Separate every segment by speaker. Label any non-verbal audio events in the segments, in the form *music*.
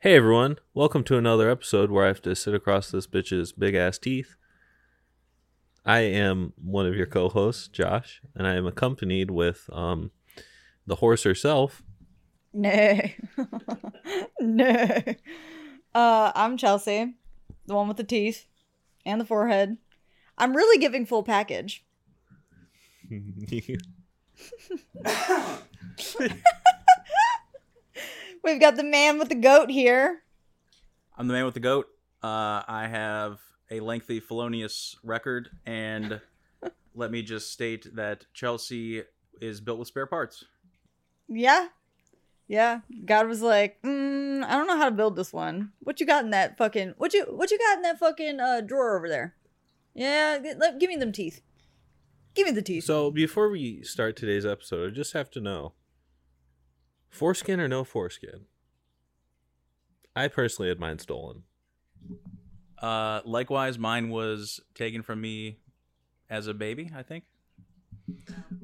Speaker 1: Hey everyone, welcome to another episode where I have to sit across this bitch's big ass teeth. I am one of your co-hosts, Josh, and I am accompanied with um the horse herself.
Speaker 2: No. *laughs* no. Uh, I'm Chelsea, the one with the teeth and the forehead. I'm really giving full package. We've got the man with the goat here.
Speaker 3: I'm the man with the goat. Uh, I have a lengthy felonious record, *laughs* and let me just state that Chelsea is built with spare parts.
Speaker 2: Yeah. Yeah. God was like, mm, I don't know how to build this one. What you got in that fucking what you what you got in that fucking uh, drawer over there? Yeah, g- let- give me them teeth. Give me the teeth.
Speaker 1: so before we start today's episode, I just have to know. Foreskin or no foreskin? I personally had mine stolen.
Speaker 3: Uh, likewise, mine was taken from me as a baby. I think.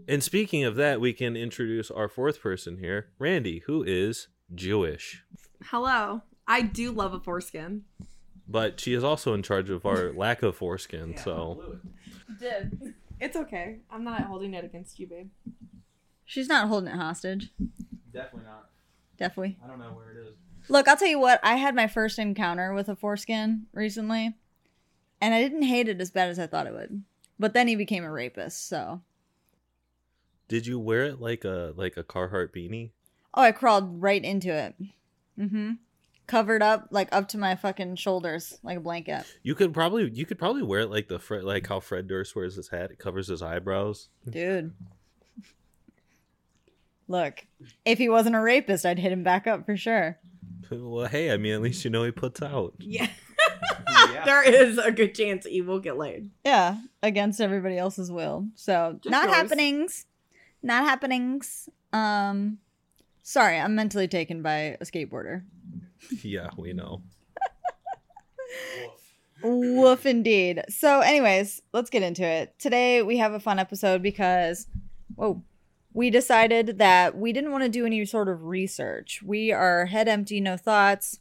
Speaker 1: And speaking of that, we can introduce our fourth person here, Randy, who is Jewish.
Speaker 4: Hello. I do love a foreskin.
Speaker 1: but she is also in charge of our lack of foreskin. so
Speaker 4: Did. It's okay. I'm not holding it against you, babe.
Speaker 2: She's not holding it hostage.
Speaker 3: Definitely not.
Speaker 2: Definitely.
Speaker 3: I don't know where it is.
Speaker 2: Look, I'll tell you what, I had my first encounter with a foreskin recently, and I didn't hate it as bad as I thought it would. But then he became a rapist, so.
Speaker 1: did you wear it like a like a Carhartt beanie?
Speaker 2: Oh, I crawled right into it. Mm hmm. Covered up, like up to my fucking shoulders, like a blanket.
Speaker 1: You could probably you could probably wear it like the Fred, like how Fred Durst wears his hat. It covers his eyebrows.
Speaker 2: Dude. Look, if he wasn't a rapist, I'd hit him back up for sure.
Speaker 1: Well, hey, I mean, at least you know he puts out.
Speaker 4: Yeah.
Speaker 3: *laughs*
Speaker 4: *laughs*
Speaker 3: Yeah.
Speaker 4: there is a good chance that you will get laid.
Speaker 2: Yeah, against everybody else's will. So
Speaker 4: Just
Speaker 2: not
Speaker 4: yours.
Speaker 2: happenings, not happenings. Um, sorry, I'm mentally taken by a skateboarder.
Speaker 1: yeah, we know.
Speaker 2: Woof indeed. So, anyways, let's get into it. Today we have a fun episode because, whoa, we decided that we didn't want to do any sort of research. We are head empty, no thoughts.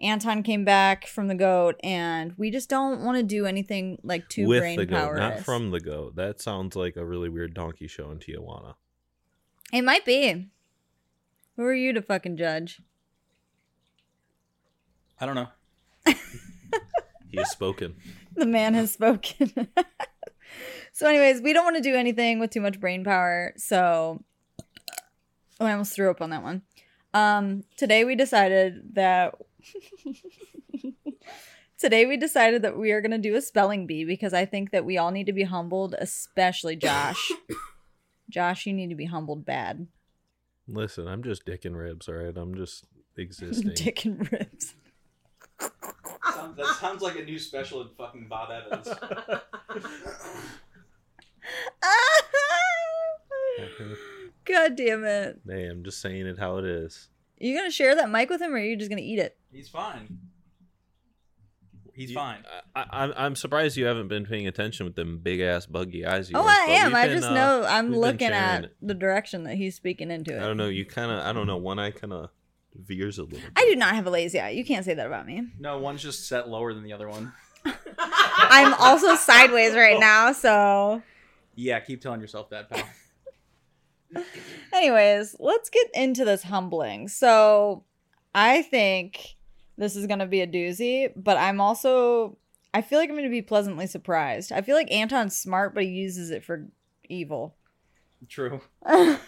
Speaker 2: Anton came back from the goat, and we just don't want to do anything like too
Speaker 1: With
Speaker 2: brain
Speaker 1: the goat,
Speaker 2: power.
Speaker 1: not from the goat. That sounds like a really weird donkey show in Tijuana.
Speaker 2: It might be. Who are you to fucking judge?
Speaker 3: I don't know.
Speaker 1: He has spoken.
Speaker 2: The man has spoken. *laughs* so, anyways, we don't want to do anything with too much brain power. So, oh, I almost threw up on that one. Um, today we decided that. *laughs* today we decided that we are going to do a spelling bee because I think that we all need to be humbled, especially Josh. Josh, you need to be humbled bad.
Speaker 1: Listen, I'm just dick and ribs. All right, I'm just existing.
Speaker 2: *laughs* Dick and ribs.
Speaker 3: that sounds like a new special in fucking Bob Evans.
Speaker 2: *laughs* God damn it.
Speaker 1: hey, I'm just saying it how it is.
Speaker 2: You gonna share that mic with him, or are you just gonna eat it?
Speaker 3: *laughs* He's fine. He's
Speaker 1: You-
Speaker 3: fine.
Speaker 1: I, I'm I'm surprised you haven't been paying attention with them big ass buggy eyes. you
Speaker 2: oh,
Speaker 1: have,
Speaker 2: I
Speaker 1: but
Speaker 2: am.
Speaker 1: we've
Speaker 2: I
Speaker 1: been,
Speaker 2: just
Speaker 1: uh,
Speaker 2: know I'm
Speaker 1: we've been
Speaker 2: looking
Speaker 1: sharing
Speaker 2: at
Speaker 1: it.
Speaker 2: the direction that he's speaking into
Speaker 1: I
Speaker 2: it. I,
Speaker 1: don't know. You kind of I don't know. One eye kind of veers a little. Bit.
Speaker 2: do not have a lazy eye. You can't say that about me.
Speaker 3: No, one's just set lower than the other one.
Speaker 2: *laughs* I'm also *laughs* sideways
Speaker 3: *laughs*
Speaker 2: right now, so.
Speaker 3: Yeah, keep telling yourself that, pal. *laughs*
Speaker 2: Anyways, let's get into this humbling. So, I think this is gonna be a doozy, but I'm also. I feel like I'm gonna be pleasantly surprised. I feel like Anton's smart, but he uses it for evil.
Speaker 3: True.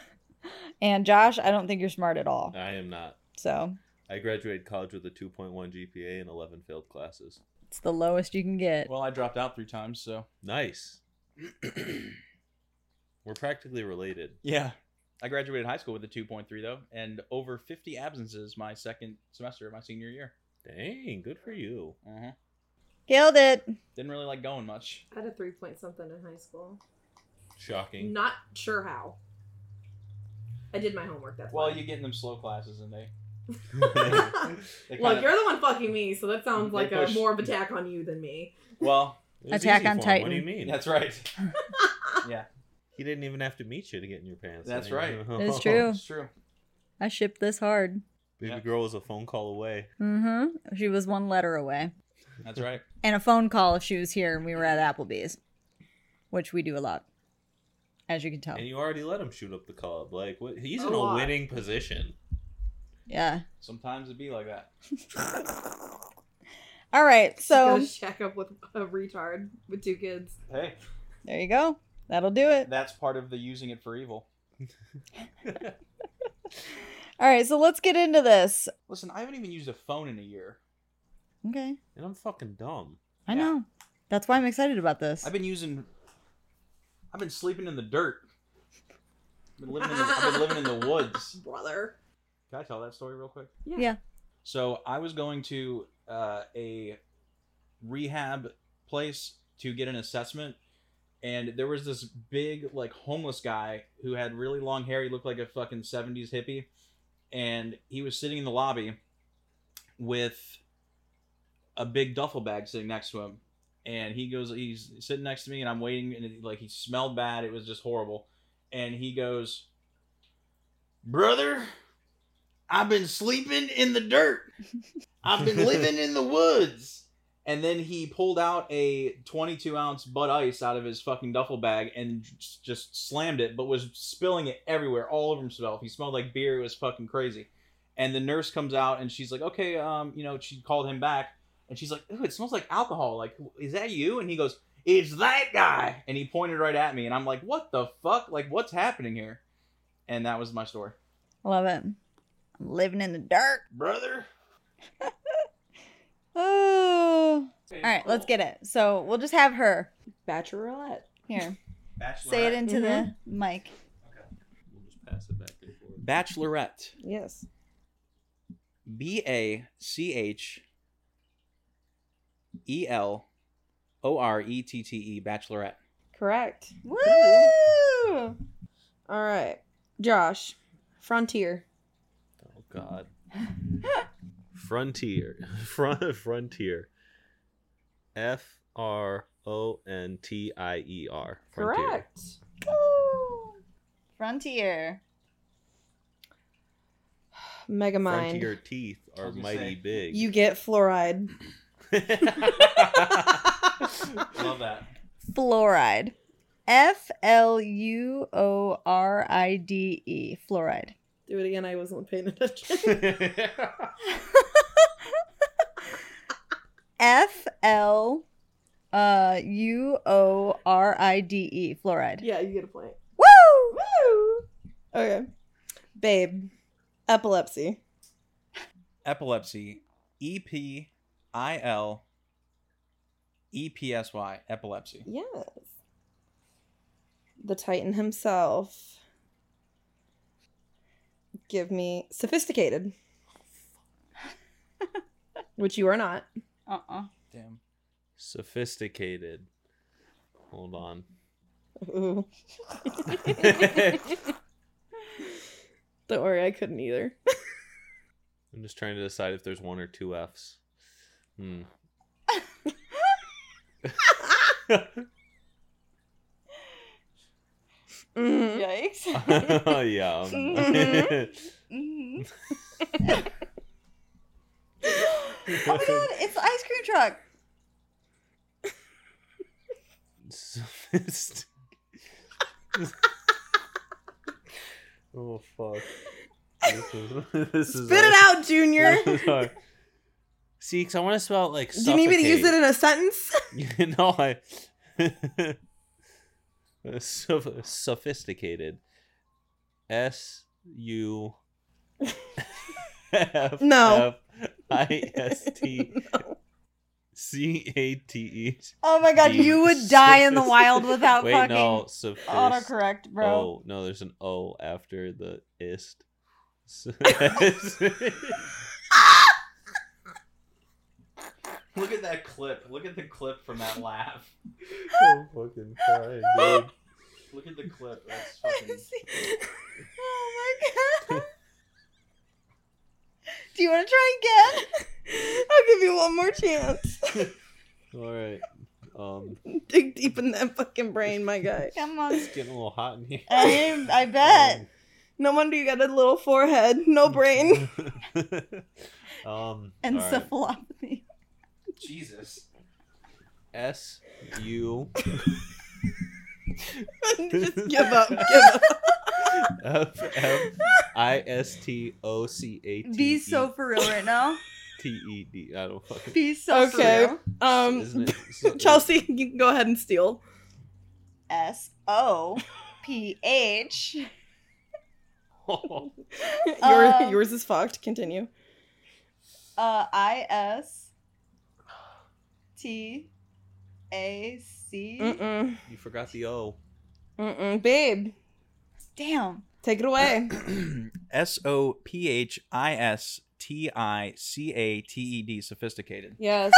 Speaker 2: *laughs* and Josh, I don't think you're smart at all.
Speaker 1: I am not.
Speaker 2: So
Speaker 1: I graduated college with a 2.1 GPA and 11 failed classes.
Speaker 2: it's the lowest you can get.
Speaker 3: Well, I dropped out three times, so
Speaker 1: Nice. *clears throat* We're practically related.
Speaker 3: yeah. I graduated high school with a 2.3 though, and over 50 absences my second semester of my senior year.
Speaker 1: Dang, good for you.
Speaker 3: Uh-huh.
Speaker 2: Killed it.
Speaker 3: Didn't really like going much.
Speaker 4: I had a three point something in high school.
Speaker 1: Shocking.
Speaker 4: Not sure how. I did my homework. That's
Speaker 3: Well,
Speaker 4: why.
Speaker 3: you get in them slow classes, and *laughs* they.
Speaker 1: *laughs*
Speaker 3: they
Speaker 4: Look,
Speaker 3: kinda-
Speaker 4: you're the one fucking me, so that sounds
Speaker 3: They
Speaker 4: like
Speaker 3: push-
Speaker 4: a more of attack on you than me.
Speaker 3: *laughs* well,
Speaker 1: It was
Speaker 2: *laughs* Attack
Speaker 1: easy for
Speaker 2: on
Speaker 1: him. What
Speaker 2: Titan.
Speaker 1: do you mean?
Speaker 3: that's right. yeah,
Speaker 1: he didn't even have to meet you to get in your pants. *laughs*
Speaker 3: That's
Speaker 1: I mean,
Speaker 3: right.
Speaker 2: It's true.
Speaker 3: it's true.
Speaker 2: I shipped this hard.
Speaker 1: Baby
Speaker 3: Yeah.
Speaker 1: girl was a phone call away.
Speaker 2: Mm-hmm. She was one letter away.
Speaker 3: That's right.
Speaker 2: And a phone call if she was here and we were at Applebee's. Which we do a lot. As you can tell.
Speaker 1: And you already let him shoot up the club. Like what, he's in
Speaker 4: A
Speaker 1: a
Speaker 4: lot.
Speaker 1: winning position.
Speaker 2: Yeah.
Speaker 3: Sometimes it be like that.
Speaker 2: All right. So
Speaker 4: Gotta shack up with a retard with two kids.
Speaker 3: Hey,
Speaker 2: there you go. That'll do it.
Speaker 3: that's part of the using it for evil.
Speaker 2: All right. So let's get into this.
Speaker 3: Listen, I haven't even used a phone in a year.
Speaker 2: Okay.
Speaker 1: And I'm fucking dumb.
Speaker 2: I
Speaker 3: Yeah.
Speaker 2: know. That's why I'm excited about this.
Speaker 3: I've been using. I've been sleeping in the dirt. I've been living in the, I've been living in the woods.
Speaker 4: Brother.
Speaker 3: Can I tell that story real quick?
Speaker 4: Yeah.
Speaker 2: Yeah.
Speaker 3: So I was going to uh, a rehab place to get an assessment, and there was this big like homeless guy who had really long hair. He looked like a fucking seventies hippie, and he was sitting in the lobby with a big duffel bag sitting next to him. And he goes, he's sitting next to me, and I'm waiting, and it, like he smelled bad. It was just horrible. And he goes, brother. I've been sleeping in the dirt. I've been living in the woods. And then he pulled out a 22 ounce Bud Ice out of his fucking duffel bag and j- just slammed it, but was spilling it everywhere, all over himself. He smelled like beer. It was fucking crazy. And the nurse comes out and she's like, okay, um, you know, she called him back and she's like, ooh, it smells like alcohol. Like, is that you? And he goes, it's that guy. And he pointed right at me. And I'm like, what the fuck? Like, what's happening here? And that was my story.
Speaker 2: Love it. I'm living in the dark.
Speaker 3: Brother.
Speaker 2: Oh. All right. Let's get it. So we'll just have her
Speaker 4: Bachelorette.
Speaker 2: here. Say it into the mic.
Speaker 1: We'll just pass it back and forth.
Speaker 3: Bachelorette.
Speaker 4: Yes.
Speaker 3: B A C H E L O R E T T E. Bachelorette.
Speaker 4: Correct.
Speaker 2: Woo!
Speaker 4: All right. Josh. Frontier.
Speaker 1: Oh God. Frontier. *laughs* Front Frontier. F R O N T I E R. Frontier.
Speaker 4: Correct.
Speaker 2: Frontier.
Speaker 4: Megamind.
Speaker 1: Frontier teeth
Speaker 3: I
Speaker 1: are
Speaker 3: was gonna
Speaker 1: mighty
Speaker 3: say.
Speaker 1: big.
Speaker 4: You get
Speaker 1: *laughs*
Speaker 4: fluoride. *laughs*
Speaker 3: Love that.
Speaker 2: Fluoride. F L U O R I D E. Fluoride.
Speaker 4: Do it again. I wasn't paying
Speaker 1: *laughs*
Speaker 4: attention.
Speaker 2: F L uh, U O R I D E. Fluoride.
Speaker 4: yeah, you get a point.
Speaker 2: Woo!
Speaker 4: Woo! Okay. Babe. Epilepsy.
Speaker 3: Epilepsy. E P I L E P S Y. Epilepsy.
Speaker 4: Yes. The Titan himself. Give me
Speaker 1: *laughs*
Speaker 4: sophisticated. Which you are not.
Speaker 2: Uh uh
Speaker 3: Damn.
Speaker 1: Sophisticated.
Speaker 4: *laughs*
Speaker 1: Hold on.
Speaker 4: Ooh.
Speaker 1: I'm
Speaker 4: Don't worry, I couldn't either.
Speaker 1: just trying to decide if there's one or two F's.
Speaker 4: *laughs*
Speaker 1: Hmm. *laughs*
Speaker 4: Mhm.
Speaker 1: Mm-hmm.
Speaker 2: Yikes.
Speaker 1: yeah. I'm-
Speaker 2: Mhm. Oh my
Speaker 4: Mm-hmm.
Speaker 1: *laughs*
Speaker 2: god, it's the ice cream truck.
Speaker 1: Sophist- oh fuck. *laughs* This is, this is
Speaker 4: Spit it out,
Speaker 1: *laughs*
Speaker 4: Junior.
Speaker 1: This is hard. See, 'cause I want to spell it like.
Speaker 4: Do you need me to use it in a sentence?
Speaker 1: in? no, *laughs* I. *laughs* Soph- sophisticated. S U. *laughs* F
Speaker 4: No.
Speaker 1: F I S
Speaker 4: *laughs*
Speaker 1: T C A T E.
Speaker 2: Oh my god,
Speaker 1: The
Speaker 2: you would
Speaker 1: *laughs*
Speaker 2: die in the
Speaker 1: sophist-
Speaker 2: wild without
Speaker 1: Wait,
Speaker 2: fucking
Speaker 1: no, sophist.
Speaker 2: autocorrect, bro.
Speaker 1: Oh no, there's an O after the ist. *laughs* So-
Speaker 3: Look at that clip. Look at the clip from that laugh.
Speaker 1: I'm fucking crying, dude.
Speaker 3: Look at the clip. That's
Speaker 4: *laughs*
Speaker 3: *laughs*
Speaker 2: oh my god. *laughs* Do you want to try again?
Speaker 4: I'll give you one more chance.
Speaker 1: *laughs* All right, um,
Speaker 4: Dig deep in that fucking brain, my guy.
Speaker 2: Come on.
Speaker 1: it's getting a little hot in here.
Speaker 2: I, I bet.
Speaker 5: No wonder you got a little forehead,
Speaker 1: *laughs*
Speaker 5: no brain. *laughs*
Speaker 1: um,
Speaker 2: and
Speaker 1: all right.
Speaker 2: cephalopathy.
Speaker 3: Jesus.
Speaker 1: S U
Speaker 5: Just give up, give up.
Speaker 1: F F I S T O C A T
Speaker 2: Be so
Speaker 1: E
Speaker 2: for real right now.
Speaker 1: T E D. I don't fucking.
Speaker 2: Be so
Speaker 5: Okay.
Speaker 2: for real.
Speaker 5: Um,
Speaker 1: Isn't it- so- *laughs*
Speaker 5: *laughs* Chelsea, you can go ahead and *laughs* steal.
Speaker 2: S O P H.
Speaker 5: Your,
Speaker 2: Um,
Speaker 5: yours is fucked. Continue.
Speaker 2: Uh, I S T A C.
Speaker 5: Mm-mm.
Speaker 1: You forgot the O.
Speaker 5: Mm-mm. Babe,
Speaker 2: Damn.
Speaker 5: take it away.
Speaker 3: S O P H I S T I C A T E D. Sophisticated.
Speaker 5: *laughs* *laughs* Yes.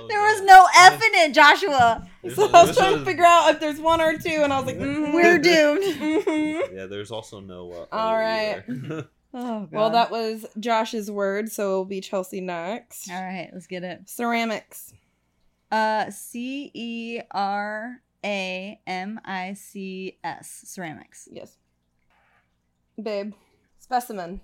Speaker 1: Oh,
Speaker 2: There was no F in it, Joshua.
Speaker 5: so I was trying to figure out if there's one or two, and I was like, mm-hmm.
Speaker 2: We're
Speaker 5: *laughs*
Speaker 2: doomed.
Speaker 5: hmm
Speaker 1: Yeah, there's also no. Uh,
Speaker 5: All right.
Speaker 1: *laughs*
Speaker 2: Oh, God.
Speaker 5: Well, that was Josh's word, so it'll be Chelsea next.
Speaker 2: All right, let's get it.
Speaker 5: Ceramics.
Speaker 2: Uh, C E R A M I C S. Ceramics.
Speaker 5: Yes. Babe. Specimen.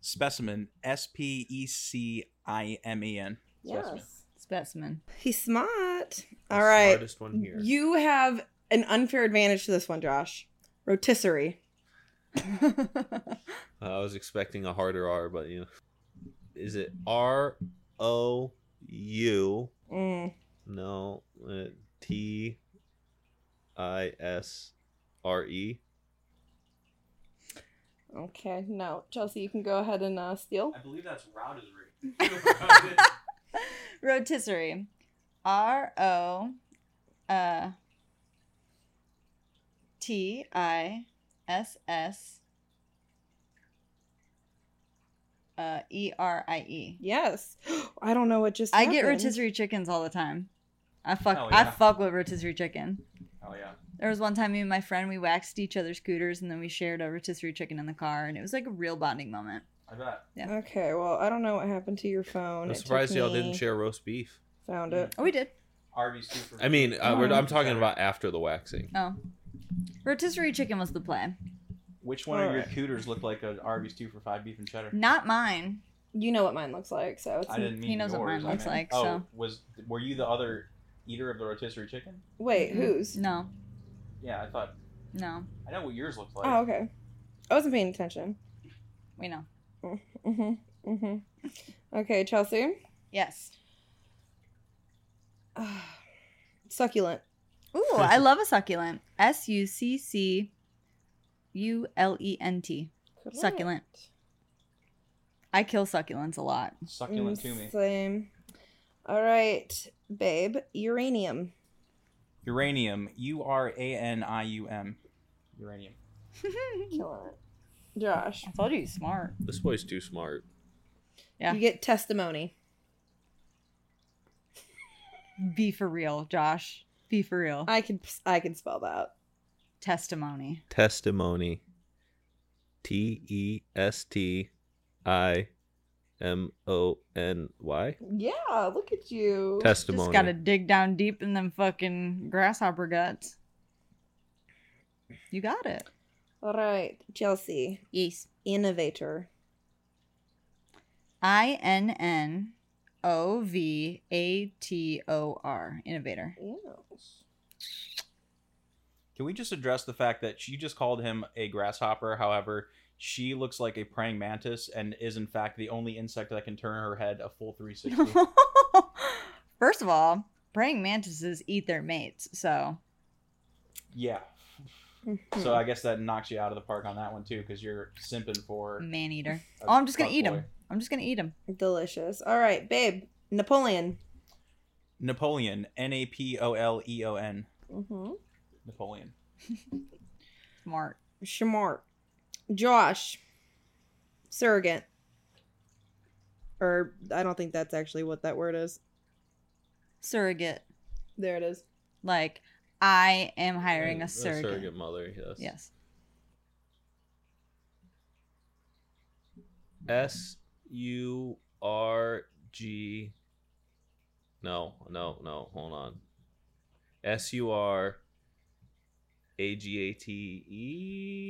Speaker 3: Specimen. S P E C I M E N. Specimen.
Speaker 2: Specimen.
Speaker 5: He's smart. All right.
Speaker 1: Hardest one here.
Speaker 5: You have an unfair advantage to this one, Josh. *laughs* Rotisserie.
Speaker 1: Uh, I was expecting a harder R, but you know. Is it R O U?
Speaker 5: Mm.
Speaker 1: No. uh, T I S R E?
Speaker 5: Okay. No, Chelsea, you can go ahead and uh, steal.
Speaker 3: I believe that's
Speaker 2: *laughs*
Speaker 3: rotisserie.
Speaker 2: Rotisserie. R O uh, T I S S uh, E R I E.
Speaker 5: Yes. *gasps* I don't know what just.
Speaker 2: I get
Speaker 5: happened.
Speaker 2: rotisserie chickens all the time. I fuck
Speaker 3: Oh,
Speaker 2: I
Speaker 3: yeah.
Speaker 2: fuck with rotisserie chicken.
Speaker 3: oh yeah.
Speaker 2: There was one time me and my friend we waxed each other's scooters and then we shared a rotisserie chicken in the car and it was like a real bonding moment.
Speaker 3: I bet.
Speaker 5: Okay. Well, I don't know what happened to your phone.
Speaker 1: I'm
Speaker 5: It took
Speaker 1: surprised y'all
Speaker 5: me-
Speaker 1: didn't share roast beef.
Speaker 5: Found it.
Speaker 2: Oh, we did.
Speaker 3: Arby's too. For
Speaker 1: I mean, uh, we're,
Speaker 5: Oh.
Speaker 1: I'm talking about after the waxing.
Speaker 2: Oh. Rotisserie chicken was the play.
Speaker 3: which one of your
Speaker 5: Alright.
Speaker 3: cooters looked like an Arby's two for five beef and cheddar?
Speaker 2: Not mine.
Speaker 5: You know what mine looks like, so it's.
Speaker 3: I didn't mean.
Speaker 2: He knows what
Speaker 3: yours,
Speaker 2: mine
Speaker 3: I
Speaker 2: looks like,
Speaker 3: meant- Oh,
Speaker 2: so.
Speaker 3: was were you the other eater of the rotisserie chicken?
Speaker 5: Wait, whose?
Speaker 2: No.
Speaker 3: Yeah, I thought
Speaker 2: No.
Speaker 3: I know what yours looked like.
Speaker 5: Oh, okay. I wasn't paying attention.
Speaker 2: We know.
Speaker 5: hmm hmm Okay, Chelsea. *sighs*
Speaker 2: Yes.
Speaker 5: Succulent.
Speaker 2: Ooh, I love a succulent. S U C C U L E N T. Succulent. I kill succulents a lot. *laughs*
Speaker 3: Succulent
Speaker 5: Mm,
Speaker 3: to me.
Speaker 5: Same. All right, babe. Uranium.
Speaker 3: Uranium. U R A N I U M. Uranium.
Speaker 2: I
Speaker 5: Killing it. Josh.
Speaker 2: told you, he's smart.
Speaker 1: This boy's too smart.
Speaker 2: Yeah.
Speaker 5: You get testimony.
Speaker 2: Be for real, Josh. Be for real.
Speaker 5: I could I could spell that.
Speaker 2: Testimony.
Speaker 1: Testimony. T E S T I M O N Y?
Speaker 5: Yeah, look at you.
Speaker 1: Testimony.
Speaker 2: Just gotta dig down deep in them fucking grasshopper guts. You got it.
Speaker 5: All right, Chelsea.
Speaker 2: Yes.
Speaker 5: Innovator.
Speaker 2: I N N O V A T O R. Innovator.
Speaker 5: Yes.
Speaker 3: Can we just address the fact that she just called him a grasshopper? However, she looks like a praying mantis and is in fact the only insect that can turn her head a full
Speaker 2: *laughs*
Speaker 3: 360.
Speaker 2: *laughs* First of all, praying mantises eat their mates, so
Speaker 3: yeah.
Speaker 5: Mm-hmm.
Speaker 3: So I guess that knocks you out of the park on that one too, because you're simping for.
Speaker 2: man eater.
Speaker 3: a
Speaker 2: Oh, I'm just gonna
Speaker 3: fuckboy.
Speaker 2: eat him. I'm just gonna eat him.
Speaker 5: Delicious. All right, babe. Napoleon.
Speaker 3: Napoleon. N A P O L E O N.
Speaker 5: Mm-hmm.
Speaker 3: Napoleon.
Speaker 2: Mm-hmm. Smart.
Speaker 5: Shamart. Josh. Surrogate. Or I don't think that's actually what that word is.
Speaker 2: Surrogate.
Speaker 5: There it is.
Speaker 2: Like I am hiring
Speaker 1: Uh,
Speaker 2: a surrogate.
Speaker 1: mother, yes.
Speaker 2: Yes.
Speaker 1: S U R G. No, no, no. Hold on. S U R A G A T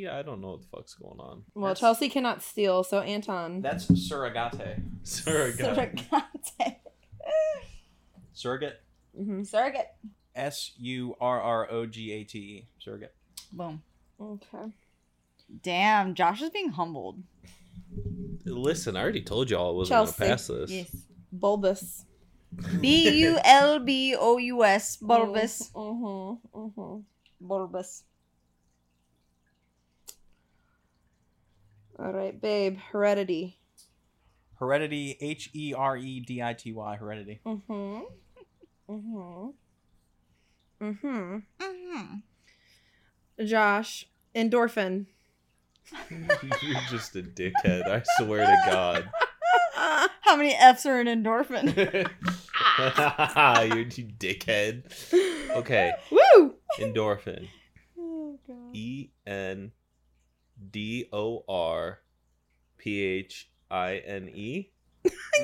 Speaker 1: E. I don't know what the fuck's going on.
Speaker 4: Well,
Speaker 3: That's-
Speaker 4: Chelsea cannot steal, so Anton.
Speaker 3: That's surrogate.
Speaker 1: Surrogate.
Speaker 2: Surrogate. *laughs*
Speaker 3: Surrogate.
Speaker 5: Mm-hmm.
Speaker 4: Mhm.
Speaker 2: Surrogate.
Speaker 3: S U R R O G A T E. Surrogate.
Speaker 2: Boom.
Speaker 4: Okay.
Speaker 2: Damn, Josh is being humbled.
Speaker 1: Listen, I already told y'all I wasn't
Speaker 4: Chelsea.
Speaker 1: gonna pass this.
Speaker 4: Bulbous.
Speaker 2: B U L B O U S. Bulbous.
Speaker 4: Mm hmm. Mm hmm.
Speaker 2: Bulbous.
Speaker 4: All right, babe. Heredity.
Speaker 3: Heredity. H E R E D I T Y. Heredity.
Speaker 4: Mm hmm.
Speaker 5: Mm-hmm.
Speaker 4: Mm hmm. Mm hmm.
Speaker 2: Mm-hmm. *laughs*
Speaker 5: Josh, endorphin.
Speaker 1: *laughs* You're just a dickhead. I swear to
Speaker 2: *laughs*
Speaker 1: God. *laughs*
Speaker 2: How many F's are in endorphin? *laughs*
Speaker 1: You're you dickhead. Okay,
Speaker 5: *laughs* Woo!
Speaker 1: endorphin.
Speaker 4: Oh, God.
Speaker 1: E N D O R P H I N E.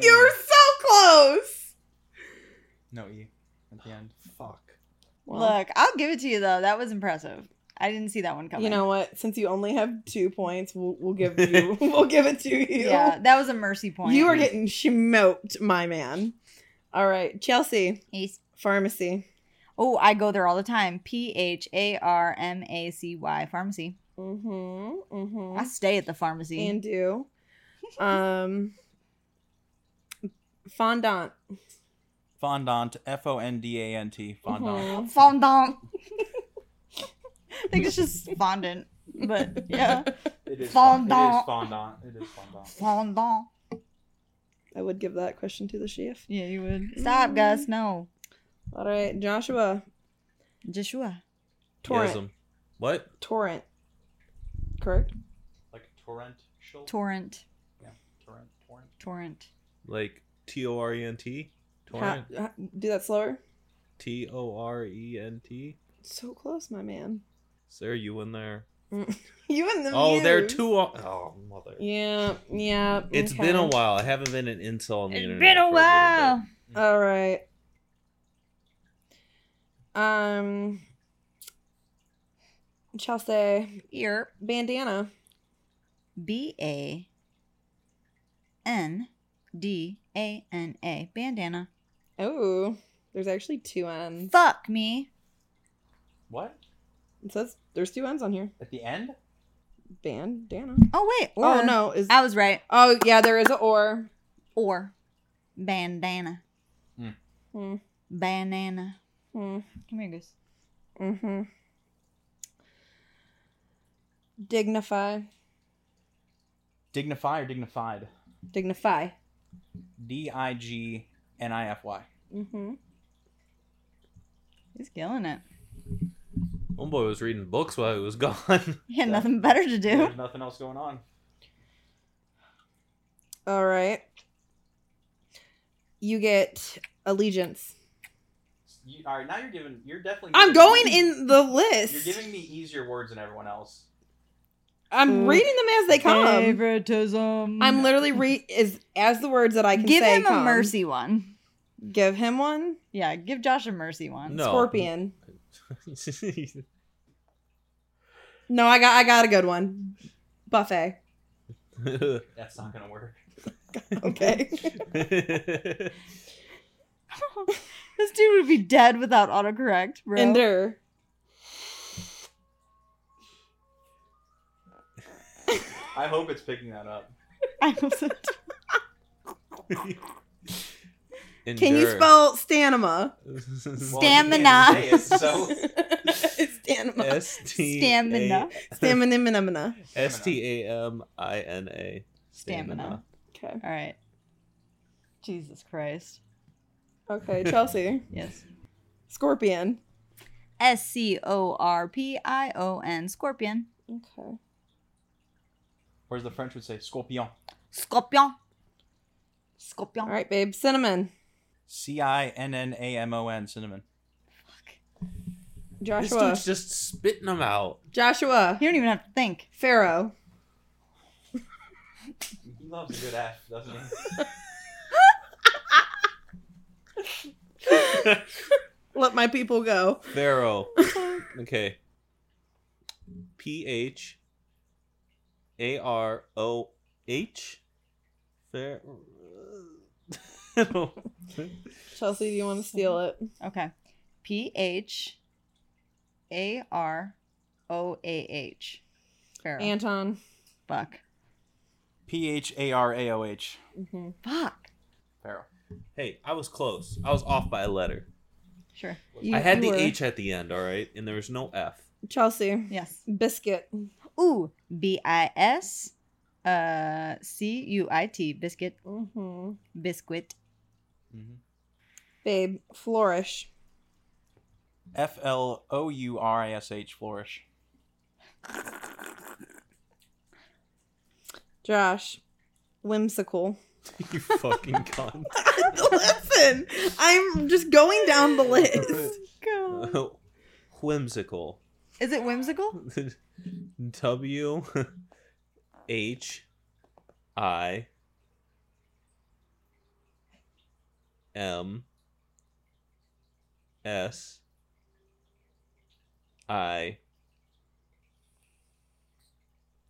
Speaker 5: You're so close.
Speaker 3: No E at the end. Fuck.
Speaker 4: Well,
Speaker 2: Look, I'll give it to you though. That was impressive. I didn't see that one coming.
Speaker 5: You know what? Since you only have two points, we'll, we'll
Speaker 1: *laughs*
Speaker 5: give you. we'll give it to you.
Speaker 2: yeah, that was a mercy point.
Speaker 5: *laughs* You are getting schmoked, my man. All right, Chelsea,
Speaker 2: Ace.
Speaker 5: pharmacy.
Speaker 2: Oh, I go there all the time. P H A R M A C Y pharmacy.
Speaker 4: Mm
Speaker 1: Mm-hmm,
Speaker 4: hmm. Mm hmm.
Speaker 2: I stay at the pharmacy. *laughs*
Speaker 5: And
Speaker 4: do. Um, fondant.
Speaker 3: Fondant. F O N D A N T. Fondant.
Speaker 2: Uh-huh.
Speaker 1: *laughs*
Speaker 4: Mhm.
Speaker 2: *laughs* fondant. I think it's just fondant, but yeah,
Speaker 3: *laughs* It is
Speaker 2: fon-
Speaker 3: It is fondant. It is
Speaker 2: *laughs*
Speaker 3: fondant.
Speaker 2: fondant.
Speaker 5: I would give that question to the chef.
Speaker 2: Yeah, you would. Mm-hmm. Stop, Gus. No,
Speaker 5: All right, Joshua,
Speaker 2: Joshua.
Speaker 5: torrent,
Speaker 1: Yasm. What?
Speaker 5: torrent. Correct.
Speaker 3: Like torrential.
Speaker 2: Torrent.
Speaker 3: torrent. Torrent.
Speaker 2: Torrent.
Speaker 1: Like T O R E N T?
Speaker 5: Ha-
Speaker 1: Torrent?
Speaker 5: ha- do that slower.
Speaker 1: T O R E N T?
Speaker 5: So close, my man. *laughs*
Speaker 1: Sir, you in there?
Speaker 5: You and the
Speaker 1: Oh, they're
Speaker 5: muse.
Speaker 1: two. o- Oh, mother.
Speaker 5: Yeah, yeah.
Speaker 1: It's
Speaker 5: okay.
Speaker 1: been a while. I haven't been an insult on the internet.
Speaker 2: It's been
Speaker 1: for
Speaker 2: a
Speaker 1: little
Speaker 2: while.
Speaker 1: bit.
Speaker 5: All right. Um, Chelsea
Speaker 2: Here.
Speaker 5: bandana.
Speaker 2: B A N D A N A bandana.
Speaker 5: Oh, there's actually two N's.
Speaker 2: Fuck me.
Speaker 3: What?
Speaker 5: It says there's two N's on here.
Speaker 3: At the end?
Speaker 5: Bandana.
Speaker 2: Oh wait.
Speaker 5: Oh
Speaker 2: or.
Speaker 5: no, is
Speaker 2: I was right.
Speaker 5: oh yeah, there is a or.
Speaker 2: Or bandana.
Speaker 1: Hmm.
Speaker 3: Mm.
Speaker 5: Mm.
Speaker 2: Banana.
Speaker 5: Hmm.
Speaker 2: Hmm. Come here, Goose.
Speaker 5: Mm-hmm. Dignify.
Speaker 3: Dignify or dignified?
Speaker 5: Dignify.
Speaker 3: D I G N I F Y.
Speaker 5: Mm-hmm.
Speaker 2: He's killing it.
Speaker 1: Homeboy was reading books while he was gone. *laughs*
Speaker 2: He had
Speaker 3: Yeah.
Speaker 2: nothing better to do. *laughs*
Speaker 3: There's nothing else going on.
Speaker 5: All right. You get allegiance.
Speaker 3: You, all right, now you're giving. You're definitely.
Speaker 5: I'm
Speaker 3: giving- e,
Speaker 5: going in the
Speaker 3: You're
Speaker 5: list.
Speaker 3: giving me easier words than everyone else.
Speaker 5: I'm
Speaker 2: Mm.
Speaker 5: reading them as they come.
Speaker 2: Favoritism.
Speaker 5: I'm literally re is as the words that I can
Speaker 2: Give
Speaker 5: say.
Speaker 2: him a
Speaker 5: come.
Speaker 2: mercy one.
Speaker 5: Give him one.
Speaker 2: Yeah, give Josh a mercy one.
Speaker 1: No.
Speaker 5: Scorpion. No, I got I got a good one. *laughs* Buffet.
Speaker 3: That's not gonna work.
Speaker 1: *laughs*
Speaker 5: Okay.
Speaker 2: this dude would be dead without autocorrect, bro.
Speaker 5: Ender.
Speaker 3: I hope it's picking that up.
Speaker 2: *laughs* I was-
Speaker 5: Can you spell stamina?
Speaker 1: spell
Speaker 3: Well, you can't
Speaker 2: Stamina.
Speaker 3: say it,
Speaker 5: *laughs*
Speaker 3: so
Speaker 1: *laughs*
Speaker 5: stamina.
Speaker 1: S T
Speaker 2: *laughs* Stamina.
Speaker 5: Stamina. Stamina.
Speaker 1: S T A M I N A.
Speaker 2: Stamina.
Speaker 5: Okay.
Speaker 2: All right. Jesus Christ.
Speaker 5: Okay. Chelsea.
Speaker 2: Yes.
Speaker 5: Scorpion.
Speaker 2: S C O R P I O N scorpion.
Speaker 5: Okay.
Speaker 3: whereas the French would say scorpion.
Speaker 2: Scorpion. Scorpion.
Speaker 5: All right, babe. Cinnamon.
Speaker 3: C I N N A M O N cinnamon.
Speaker 1: This
Speaker 5: Joshua.
Speaker 1: dude's just spitting them
Speaker 5: *laughs*
Speaker 1: out.
Speaker 5: Joshua.
Speaker 2: You don't even have to think.
Speaker 5: Pharaoh.
Speaker 3: He loves a good F, doesn't he?
Speaker 5: Let my people go.
Speaker 1: Pharaoh. Okay. P H A R O H. Fair.
Speaker 5: *laughs* Chelsea, do you want to steal it?
Speaker 2: Okay. P H A R O A H. Pharaoh.
Speaker 5: Anton.
Speaker 2: fuck.
Speaker 3: *laughs* P H A R A O H.
Speaker 5: Mm-hmm.
Speaker 2: Fuck.
Speaker 3: Pharaoh.
Speaker 1: *laughs* hey, I was close. I was off by a letter.
Speaker 2: Sure.
Speaker 5: You-
Speaker 1: I had
Speaker 5: you
Speaker 1: the
Speaker 5: were-
Speaker 1: H at the end, all right? And there was no F. *laughs*
Speaker 5: Chelsea.
Speaker 2: Yes.
Speaker 5: Biscuit.
Speaker 2: Ooh. B I S uh C U I T biscuit
Speaker 5: Mm-hmm.
Speaker 2: biscuit.
Speaker 3: Mm-hmm.
Speaker 5: Babe. Flourish.
Speaker 3: F L O U R I S H. Flourish.
Speaker 5: Josh. Whimsical.
Speaker 1: you fucking cunt.
Speaker 5: *laughs* Listen, I'm just going down
Speaker 1: *laughs*
Speaker 5: the *laughs* list.
Speaker 1: Whimsical.
Speaker 2: Is it whimsical?
Speaker 1: W H I M S I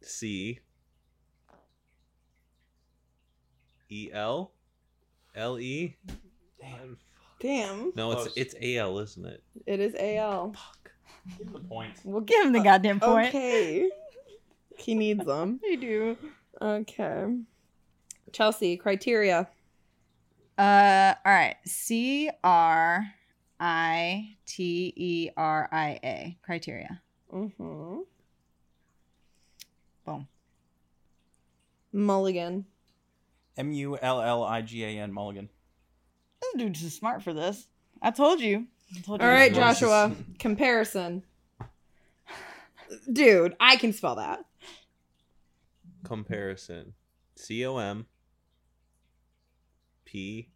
Speaker 1: C E L L E.
Speaker 3: Damn.
Speaker 5: Damn.
Speaker 1: No, it's
Speaker 3: Close.
Speaker 1: it's A L, isn't it?
Speaker 5: It is AL.
Speaker 1: Fuck.
Speaker 3: Give the point.
Speaker 5: We'll
Speaker 2: *laughs* Give him the goddamn point.
Speaker 5: Okay. he needs them.
Speaker 2: You do.
Speaker 5: Okay. Chelsea, criteria.
Speaker 2: Uh all right. C R I T E R I A criteria.
Speaker 5: Mm-hmm.
Speaker 2: Boom.
Speaker 5: Mulligan.
Speaker 3: M U L L I G A N. Mulligan.
Speaker 2: This dude's too smart for this. I told you. I told you.
Speaker 5: All right,
Speaker 3: Versus-
Speaker 5: Joshua. Comparison. Dude, I can spell that.
Speaker 1: comparison. C O M P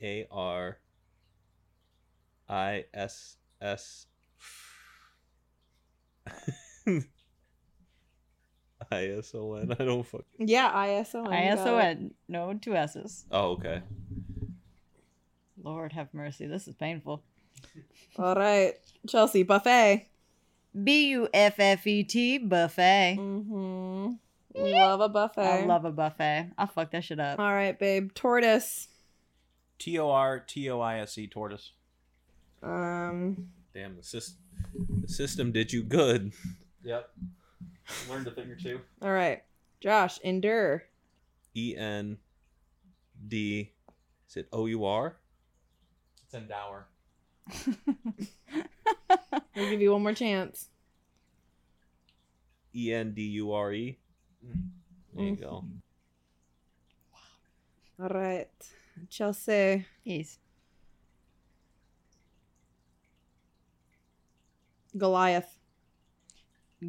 Speaker 1: A R I S S *laughs* I S O N. I don't fuck.
Speaker 5: Yeah, ISON.
Speaker 2: I S O
Speaker 5: got it.
Speaker 2: N. No two S's.
Speaker 1: Oh, okay.
Speaker 2: Lord have mercy. This is painful.
Speaker 5: All right. Chelsea, buffet.
Speaker 2: B U F F E T buffet.
Speaker 5: Mm-hmm. Love a buffet.
Speaker 2: I love a buffet. I fuck that shit up.
Speaker 5: All right, babe. Tortoise.
Speaker 3: T O R T O I S E. Tortoise.
Speaker 5: Um,
Speaker 1: Damn, the, sys- the system did you good.
Speaker 3: Yep. Learned a thing or two.
Speaker 5: all right. Josh, endure.
Speaker 1: E N D. Is it O U R?
Speaker 3: It's endower.
Speaker 5: We'll give you one more chance.
Speaker 1: E N D U R E? There you go.
Speaker 5: All right. Chelsea,
Speaker 2: Yes.
Speaker 5: Goliath.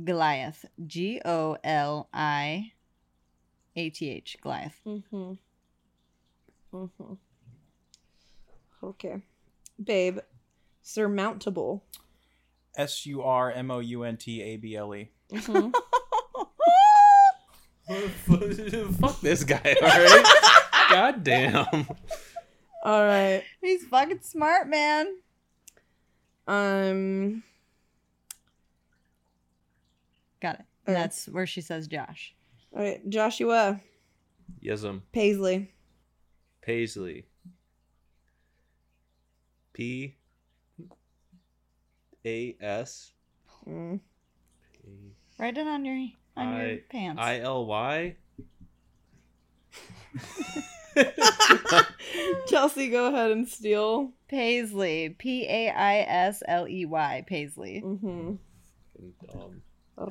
Speaker 2: Goliath. G O L I A T H. Goliath.
Speaker 5: Mm-hmm. Mm-hmm. Okay. Babe, surmountable.
Speaker 3: S U R M O U N T A B L E.
Speaker 5: Mm-hmm.
Speaker 1: *laughs* Fuck this guy, alright? God damn.
Speaker 5: *laughs* all right.
Speaker 2: He's fucking smart, man.
Speaker 5: Um,
Speaker 2: Got it.
Speaker 5: All right.
Speaker 2: That's where she says Josh.
Speaker 5: all right. Joshua,
Speaker 1: Yesm.
Speaker 5: Paisley.
Speaker 1: um, Paisley. P A S
Speaker 5: Mm.
Speaker 2: Write it on your on your
Speaker 1: I-
Speaker 2: pants.
Speaker 1: I L Y.
Speaker 5: *laughs* Chelsea, go ahead and steal.
Speaker 2: Paisley. P A I S L E Y. Paisley.
Speaker 5: Mm-hmm.
Speaker 1: Um,
Speaker 5: All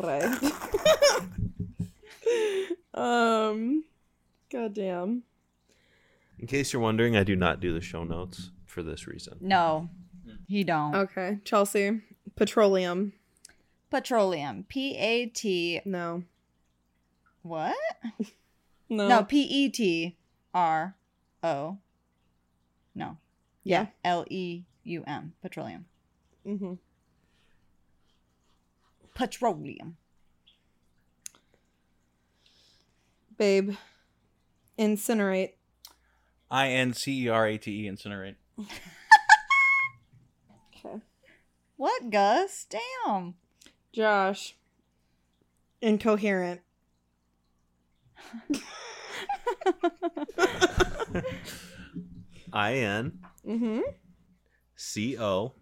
Speaker 5: *laughs* right. um, goddamn.
Speaker 1: In case you're wondering, I do not do the show notes for this *laughs* reason.
Speaker 2: No, he don't.
Speaker 5: Okay, Chelsea, petroleum.
Speaker 2: Petroleum. P A T.
Speaker 5: No,
Speaker 2: What?
Speaker 5: no,
Speaker 2: No, P E T R O. No,
Speaker 5: yeah.
Speaker 2: L E U M. Petroleum.
Speaker 5: Mm-hmm.
Speaker 2: Petroleum.
Speaker 5: Babe, incinerate.
Speaker 3: I N C E R A T E. Incinerate.
Speaker 5: Okay,
Speaker 2: What, Gus? Damn.
Speaker 5: Josh, Incoherent.
Speaker 1: I N
Speaker 5: *laughs* Mm-hmm.
Speaker 1: C O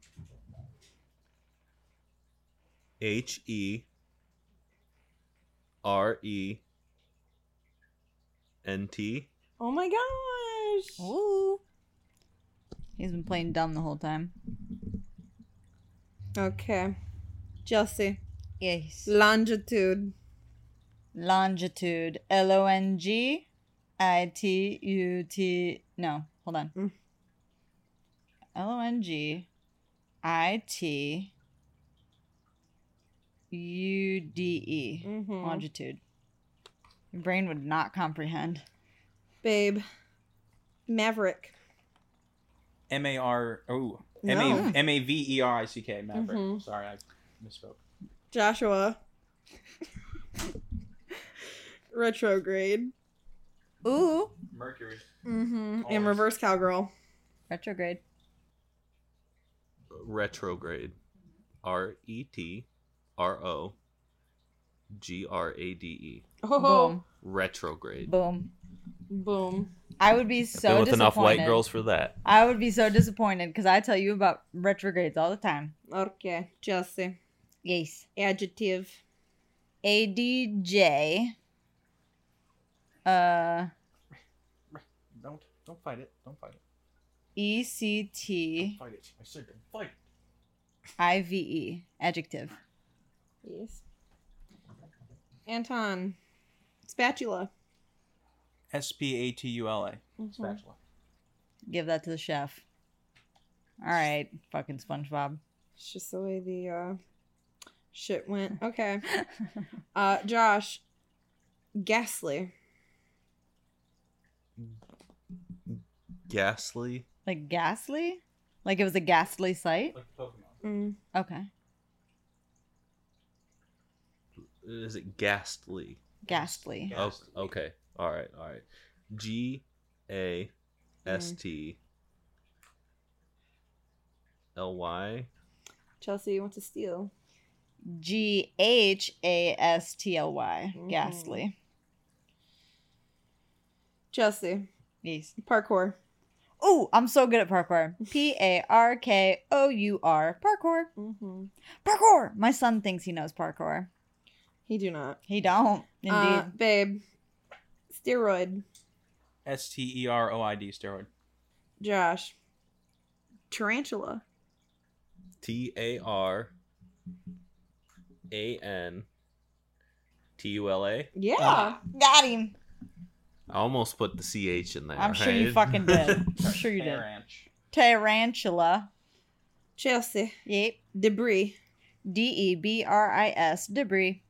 Speaker 1: H E R E N T.
Speaker 5: Oh my gosh.
Speaker 2: Ooh. He's been playing dumb the whole time.
Speaker 5: Okay. Chelsea.
Speaker 2: Yes.
Speaker 5: Longitude.
Speaker 2: Longitude. L O N G I T U T. No, hold on.
Speaker 5: Mm.
Speaker 2: L O N G I T U D E.
Speaker 5: Mhm.
Speaker 2: Longitude. Your brain would not comprehend.
Speaker 5: Babe. Maverick.
Speaker 3: M A R oh
Speaker 5: No.
Speaker 3: M A M A V E R I C K Maverick.
Speaker 5: Mhm.
Speaker 3: Sorry, I misspoke.
Speaker 5: *laughs* Joshua. Retrograde.
Speaker 2: Ooh.
Speaker 3: Mercury.
Speaker 5: Mm-hmm.
Speaker 3: Always.
Speaker 5: And reverse cowgirl.
Speaker 2: Retrograde.
Speaker 1: Retrograde. R E T R O G R A D E.
Speaker 2: Boom.
Speaker 1: Retrograde.
Speaker 2: Boom.
Speaker 5: Oh. Boom.
Speaker 2: I would be
Speaker 1: Been
Speaker 2: so
Speaker 1: with enough white
Speaker 2: disappointed.
Speaker 1: girls for that.
Speaker 2: I would be so disappointed because I tell you about retrogrades all the time.
Speaker 5: Okay. Chelsea.
Speaker 2: Yes.
Speaker 5: Adjective.
Speaker 2: A D J. Uh,
Speaker 3: Don't don't fight it. Don't fight it.
Speaker 2: E C T
Speaker 3: Fight it. I said don't fight. it.
Speaker 2: I V E. Adjective.
Speaker 5: Yes. Anton. Spatula.
Speaker 3: S P A T U L A.
Speaker 5: Mm-hmm.
Speaker 3: Spatula.
Speaker 2: Give that to the chef. All right, fucking SpongeBob.
Speaker 5: It's just the way the uh, shit *laughs* went. Okay. Uh, Josh. Ghastly.
Speaker 1: Ghastly.
Speaker 2: like ghastly? Like it was a ghastly sight?
Speaker 3: Like Pokemon.
Speaker 5: Mm.
Speaker 2: Okay.
Speaker 1: Is it ghastly?
Speaker 2: Ghastly.
Speaker 1: Oh,
Speaker 3: Ghastly.
Speaker 1: okay. All right. All right. G A S T L Y.
Speaker 5: Chelsea wants to steal.
Speaker 2: G H A S T L Y.
Speaker 5: Mhm.
Speaker 2: Ghastly.
Speaker 5: Chelsea.
Speaker 2: Yes.
Speaker 5: Parkour.
Speaker 2: Oh, I'm so good at parkour. P A R K O U R. Parkour.
Speaker 5: Mm-hmm.
Speaker 2: Parkour. My son thinks he knows parkour.
Speaker 5: He do not.
Speaker 2: He don't. Indeed.
Speaker 5: Uh, babe. Steroid.
Speaker 3: S T E R O I D steroid.
Speaker 5: Josh. Tarantula.
Speaker 1: T A R A N T U L A.
Speaker 5: Yeah.
Speaker 2: Ah. Got him.
Speaker 1: I almost put the C H in there.
Speaker 2: I'm sure you
Speaker 1: right?
Speaker 2: fucking did. I'm sure you did.
Speaker 3: Ranch.
Speaker 2: Tarantula.
Speaker 5: Chelsea.
Speaker 2: Yep.
Speaker 5: Debris.
Speaker 2: D E B R I S. Debris.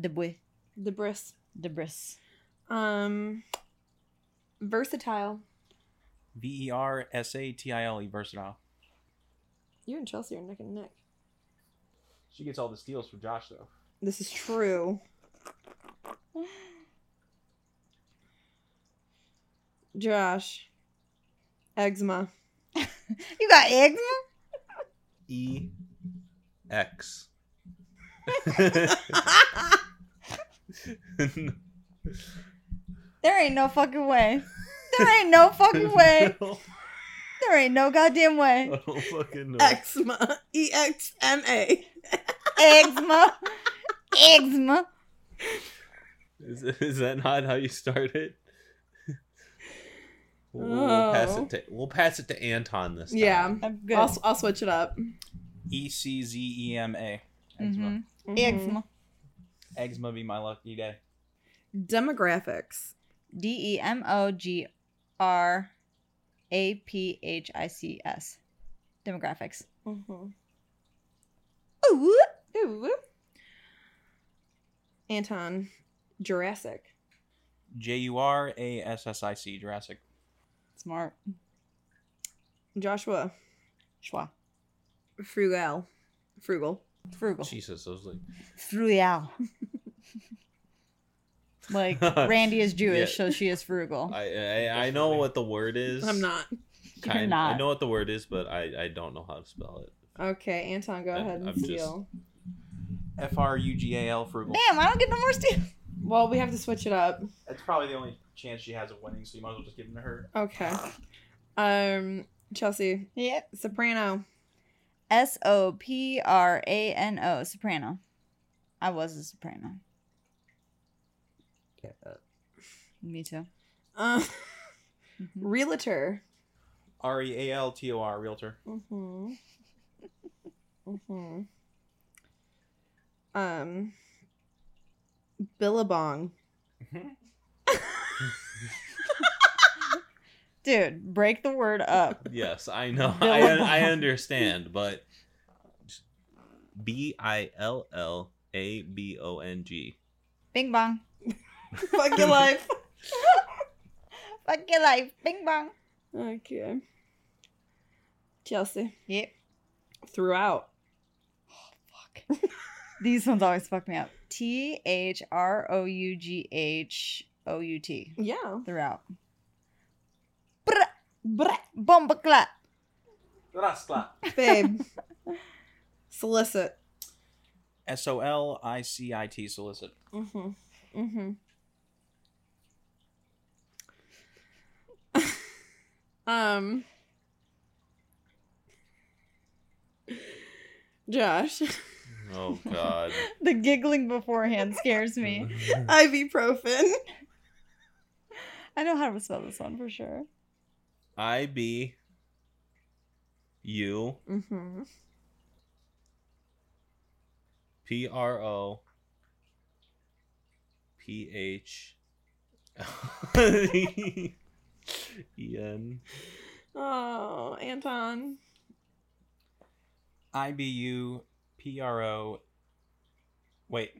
Speaker 2: Debris.
Speaker 5: Debris.
Speaker 2: Debris.
Speaker 5: Um. Versatile.
Speaker 3: V E R S A T I L E versatile.
Speaker 5: You and Chelsea are neck and neck.
Speaker 3: She gets all the steals from Josh though.
Speaker 5: This is true. Josh. Eczema.
Speaker 2: You got eggs?
Speaker 1: *laughs* E
Speaker 2: *laughs*
Speaker 1: X.
Speaker 2: There ain't no fucking way. There ain't no
Speaker 1: *laughs*
Speaker 2: fucking way. There ain't no goddamn
Speaker 1: I
Speaker 2: way.
Speaker 1: don't fucking know.
Speaker 5: Eczema. E X M A.
Speaker 2: Eczema. Eczema.
Speaker 1: Is, *laughs* is that not how you start it? *laughs* We'll, we'll pass
Speaker 5: Oh.
Speaker 1: it to we'll pass it to Anton this time.
Speaker 5: Yeah.
Speaker 2: I'm good.
Speaker 5: I'll, I'll switch it up.
Speaker 3: E C Z E M A. Eczema.
Speaker 2: Mhm.
Speaker 5: Mm-hmm.
Speaker 2: Eczema.
Speaker 3: Eczema be my lucky day.
Speaker 5: Demographics.
Speaker 2: D E M O G R A P H I C S. Demographics. Ooh.
Speaker 5: Mm-hmm. Ooh. Anton. Jurassic.
Speaker 3: J U R A S S I C Jurassic.
Speaker 2: Smart.
Speaker 5: Joshua.
Speaker 2: Schwa.
Speaker 5: Frugal. Frugal.
Speaker 2: Frugal.
Speaker 1: Jesus, I was like
Speaker 2: Frugal. *laughs*
Speaker 1: *laughs*
Speaker 2: like Randy is Jewish, so she is frugal.
Speaker 1: I I, I know what the word is.
Speaker 5: I'm not.
Speaker 2: You're
Speaker 1: kind-
Speaker 2: not.
Speaker 1: I know what the
Speaker 5: *laughs*
Speaker 1: word is, but I I don't know how to spell it.
Speaker 5: Okay, Anton, go
Speaker 1: I-
Speaker 5: ahead and
Speaker 1: I'm just-
Speaker 5: steal.
Speaker 3: F R U G A L frugal.
Speaker 2: Damn, I don't get no more steals.
Speaker 5: Well, we have to switch it up.
Speaker 3: That's probably the only chance she has of winning, so you might as well just give them to her.
Speaker 5: Okay. Um, Chelsea
Speaker 2: *laughs* Yep.
Speaker 5: Soprano.
Speaker 2: S O P R A N O, soprano. I was a soprano. Me too.
Speaker 5: Uh, *laughs*
Speaker 2: Mhm.
Speaker 5: realtor.
Speaker 3: R E A L T O R realtor.
Speaker 5: Mm-hmm. Mm-hmm. Um, Billabong. *laughs*
Speaker 2: Dude, break the word
Speaker 1: *laughs*
Speaker 2: up.
Speaker 1: Yes, I know.
Speaker 2: Bill
Speaker 1: I, I
Speaker 2: Bong.
Speaker 1: understand, but B I L L A B O N G.
Speaker 2: Bing bong.
Speaker 5: Fuck your life.
Speaker 2: Fuck your life. Bing bong.
Speaker 5: Okay. Chelsea.
Speaker 2: Yep.
Speaker 5: Throughout.
Speaker 2: Fuck. These ones always fuck me up. T H R O U G H O U T.
Speaker 5: Yeah.
Speaker 2: Throughout.
Speaker 5: Brat.
Speaker 2: Bomba clat.
Speaker 3: Rasta.
Speaker 5: Babe. *laughs* Solicit.
Speaker 3: S O L I C I T solicit.
Speaker 5: Mm-hmm. Mm-hmm. *laughs* um Josh.
Speaker 1: Oh God.
Speaker 2: The
Speaker 1: *laughs*
Speaker 2: giggling beforehand scares me.
Speaker 5: *laughs* Ibuprofen.
Speaker 2: I know how to spell this one for sure.
Speaker 1: I B U
Speaker 5: Mm-hmm.
Speaker 1: P R O P H E N.
Speaker 5: Oh, Anton.
Speaker 3: I B U P R O. Wait.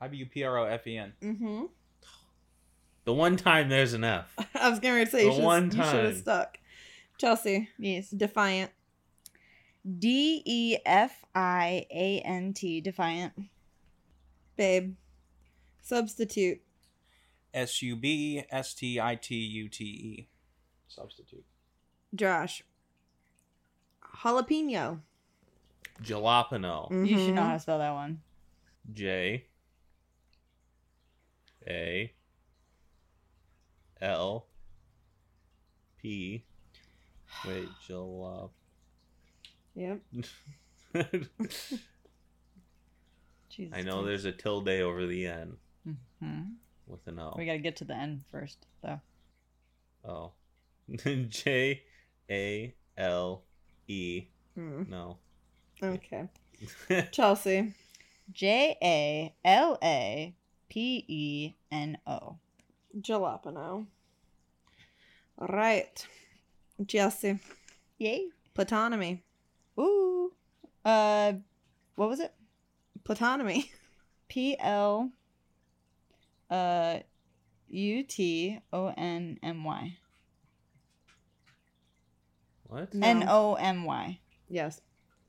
Speaker 3: I B U P R O F E N.
Speaker 5: Mm-hmm. *laughs*
Speaker 1: The one time there's an F.
Speaker 5: I was gonna say
Speaker 1: The
Speaker 5: you should
Speaker 1: one
Speaker 5: you should have
Speaker 1: time.
Speaker 5: stuck. Chelsea.
Speaker 2: Yes.
Speaker 5: Defiant.
Speaker 2: D E F I A N T. Defiant.
Speaker 5: Babe. Substitute.
Speaker 3: S U B S T I T U T E. Substitute.
Speaker 5: Josh. Jalapeno.
Speaker 1: Jalapeno.
Speaker 2: You should know
Speaker 5: Mhm.
Speaker 2: how to spell that one.
Speaker 1: J A L P. Wait, jalap. *laughs*
Speaker 5: Yep.
Speaker 2: Jesus.
Speaker 1: I know there's a tilde over the N
Speaker 2: Mhm.
Speaker 1: with an O.
Speaker 2: We gotta get to the end first, though.
Speaker 1: Oh. *laughs* J A L E.
Speaker 5: Mm,
Speaker 1: No.
Speaker 5: okay. Chelsea.
Speaker 2: J A L A P E N O.
Speaker 5: Jalapeno. All right. Jesse.
Speaker 2: Yay.
Speaker 5: Platonomy.
Speaker 2: Ooh. Uh, what was it?
Speaker 5: Platonomy. *laughs*
Speaker 2: P L. Uh, U T O N M Y.
Speaker 1: *laughs* what?
Speaker 5: No.
Speaker 2: N O M Y.
Speaker 5: Yes.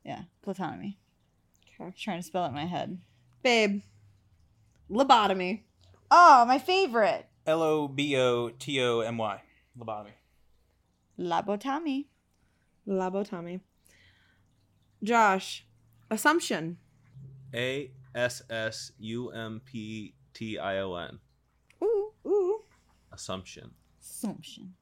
Speaker 2: Yeah, platonomy.
Speaker 5: Okay.
Speaker 2: I'm trying to spell it in my head.
Speaker 5: Babe. Lobotomy.
Speaker 2: Oh, my favorite.
Speaker 3: L O B O T O M Y. Lobotomy.
Speaker 2: Labotomy.
Speaker 5: Lobotomy. Josh. Assumption.
Speaker 1: A S S U M P T I O N.
Speaker 5: Ooh. Ooh.
Speaker 1: Assumption.
Speaker 2: Assumption.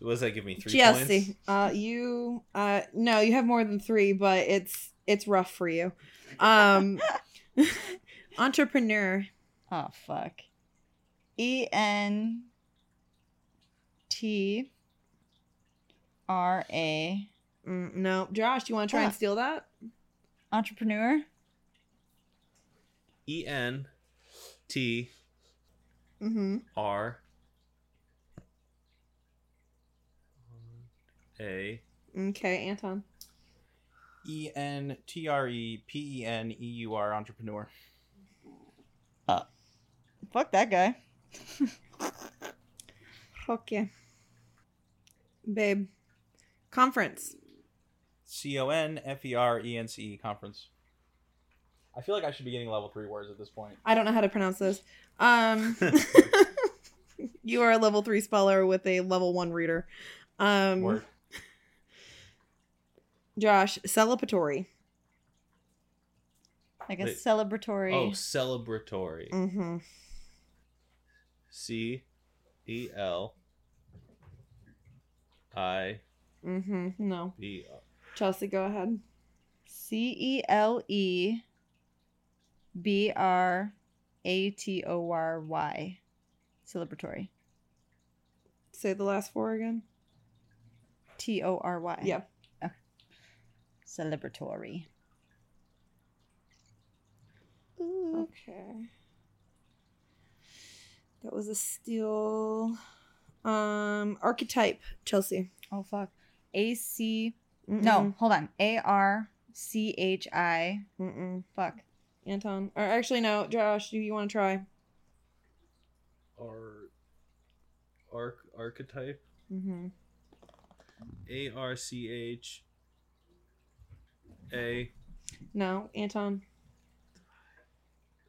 Speaker 1: What does that give me? Three points?
Speaker 5: Jesse. Uh you uh no, you have more than three, but it's it's rough for you. Um entrepreneur.
Speaker 2: Oh fuck. E N T R A
Speaker 5: Mm, no. Josh, do you want to try
Speaker 2: Ah.
Speaker 5: and steal that?
Speaker 2: entrepreneur.
Speaker 1: E N T
Speaker 5: Mm-hmm.
Speaker 1: R A.
Speaker 5: Okay, Anton.
Speaker 3: E N T R E P E N E U R entrepreneur.
Speaker 2: Fuck that guy.
Speaker 5: Okay. Babe. Conference.
Speaker 3: C O N F E R E N C E conference. I feel like I should be getting level three words at this point.
Speaker 5: I don't know how to pronounce this.
Speaker 1: *laughs*
Speaker 5: Um *laughs* You are a level three speller with a level one reader. Um
Speaker 3: Word.
Speaker 5: Josh, celebratory.
Speaker 2: like a
Speaker 1: Wait.
Speaker 2: celebratory.
Speaker 1: Oh, celebratory.
Speaker 5: Mm-hmm.
Speaker 1: C E L I
Speaker 5: Mm-hmm. No.
Speaker 1: B.
Speaker 5: Chelsea, go ahead.
Speaker 2: C E L E B R A T O R Y. Celebratory.
Speaker 5: Say the last four again.
Speaker 2: T O R Y.
Speaker 5: Yeah.
Speaker 2: Celebratory. Oh,
Speaker 5: Okay. That was a steal. Um, archetype, Chelsea.
Speaker 2: Oh, fuck. A C. No, hold on. A R C H I.
Speaker 5: Mm-mm. Mm-mm.
Speaker 2: Fuck.
Speaker 5: Anton. Or actually, no. Josh, do you want to try?
Speaker 1: Ar- arc archetype
Speaker 5: Mm-hmm.
Speaker 1: A R C H A
Speaker 5: No, Anton.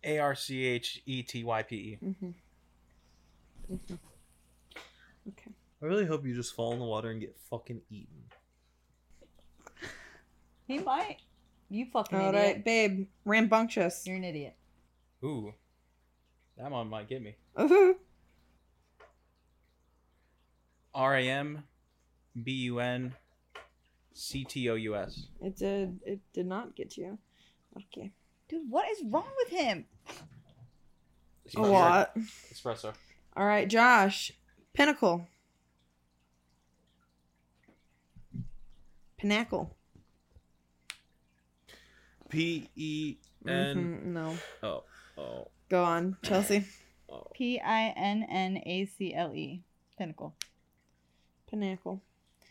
Speaker 3: A R C H E T Y P E.
Speaker 5: Mm-hmm. Mm-hmm. Okay.
Speaker 1: I really hope you just fall in the water and get fucking eaten.
Speaker 2: He might. You fucking
Speaker 5: All right,
Speaker 2: idiot.
Speaker 5: babe. Rambunctious.
Speaker 2: You're an idiot.
Speaker 3: Ooh, that one might get me.
Speaker 5: *laughs*
Speaker 3: R A M B U N C T O U S.
Speaker 5: It did. It did not get you. Okay.
Speaker 2: Dude, what is wrong with him?
Speaker 5: A lot.
Speaker 3: Espresso.
Speaker 5: All right, Josh. Pinnacle. Pinnacle.
Speaker 1: P E N.
Speaker 5: Mhm, no.
Speaker 1: Oh, oh,
Speaker 5: Go on,
Speaker 1: *laughs*
Speaker 5: Chelsea.
Speaker 1: oh.
Speaker 2: P I N N A C L E. Pinnacle.
Speaker 5: Pinnacle.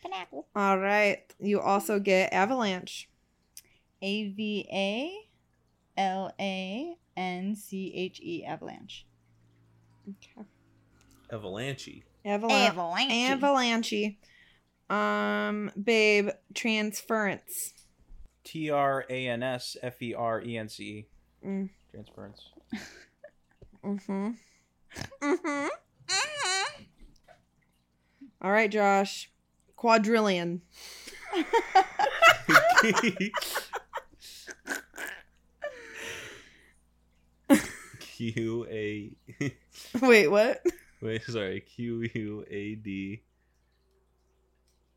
Speaker 2: Pinnacle.
Speaker 5: All right. You also get avalanche.
Speaker 2: A V A L A N C H E Avalanche.
Speaker 5: Okay.
Speaker 1: *laughs* Avalanche.
Speaker 5: Avalanche.
Speaker 2: Avalanche.
Speaker 5: Oh, Avalanche. Um, babe. Transference.
Speaker 3: T R A N S F E R E N C E.
Speaker 5: Mm.
Speaker 3: Transference.
Speaker 5: Mm-hmm. Mm-hmm. All right, Josh. Quadrillion. *laughs*
Speaker 1: Q A. *laughs*
Speaker 5: Wait, what?
Speaker 1: Wait, sorry. Q U A D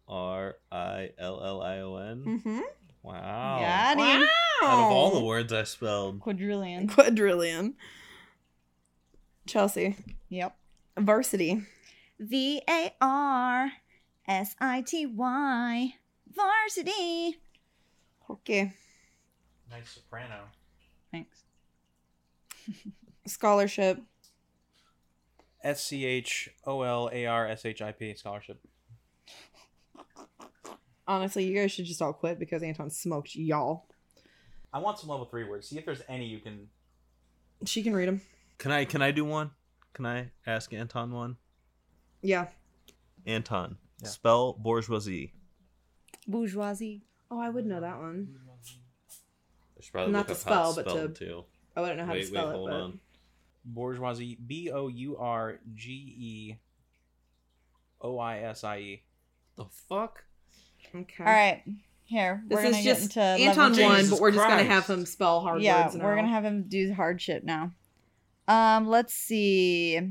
Speaker 1: R I L L I O N.
Speaker 5: Mm-hmm.
Speaker 1: Wow.
Speaker 2: Mm-hmm. Got him.
Speaker 1: Out of all the words I spelled,
Speaker 2: Quadrillion.
Speaker 5: quadrillion. Chelsea.
Speaker 2: Yep.
Speaker 5: Varsity.
Speaker 2: V A R S I T Y. Varsity.
Speaker 5: Okay.
Speaker 3: Nice soprano.
Speaker 2: Thanks.
Speaker 5: Scholarship.
Speaker 3: S C H O L A R S H I P scholarship.
Speaker 5: Honestly, you guys should just all quit because Anton smoked y'all.
Speaker 3: I want some level three words. See if there's any you can.
Speaker 5: She can read them.
Speaker 1: can I can I do one? Can I ask Anton one?
Speaker 5: Yeah.
Speaker 1: Anton,
Speaker 3: Yeah.
Speaker 1: spell bourgeoisie.
Speaker 2: Bourgeoisie.
Speaker 5: Oh, I would know that one.
Speaker 1: I should probably
Speaker 5: Not
Speaker 1: look
Speaker 5: to
Speaker 1: up how it's
Speaker 5: spell, but
Speaker 1: spelled,
Speaker 5: to-
Speaker 1: too.
Speaker 5: I wouldn't know how
Speaker 1: Wait,
Speaker 5: to
Speaker 1: wait,
Speaker 5: spell it.
Speaker 1: hold
Speaker 5: but...
Speaker 1: on.
Speaker 3: Bourgeoisie. B O U R G E O I S I E.
Speaker 1: The fuck? *laughs*
Speaker 5: Okay.
Speaker 2: All right. Here.
Speaker 5: This
Speaker 2: we're gonna
Speaker 5: is just
Speaker 2: get into
Speaker 5: Anton
Speaker 2: level
Speaker 3: two.
Speaker 5: won,
Speaker 3: Jesus
Speaker 5: but we're just gonna
Speaker 3: Christ.
Speaker 5: have him spell hard
Speaker 2: yeah,
Speaker 5: words. in a
Speaker 2: we're
Speaker 5: row.
Speaker 2: gonna have him do hardship now. Um, let's see.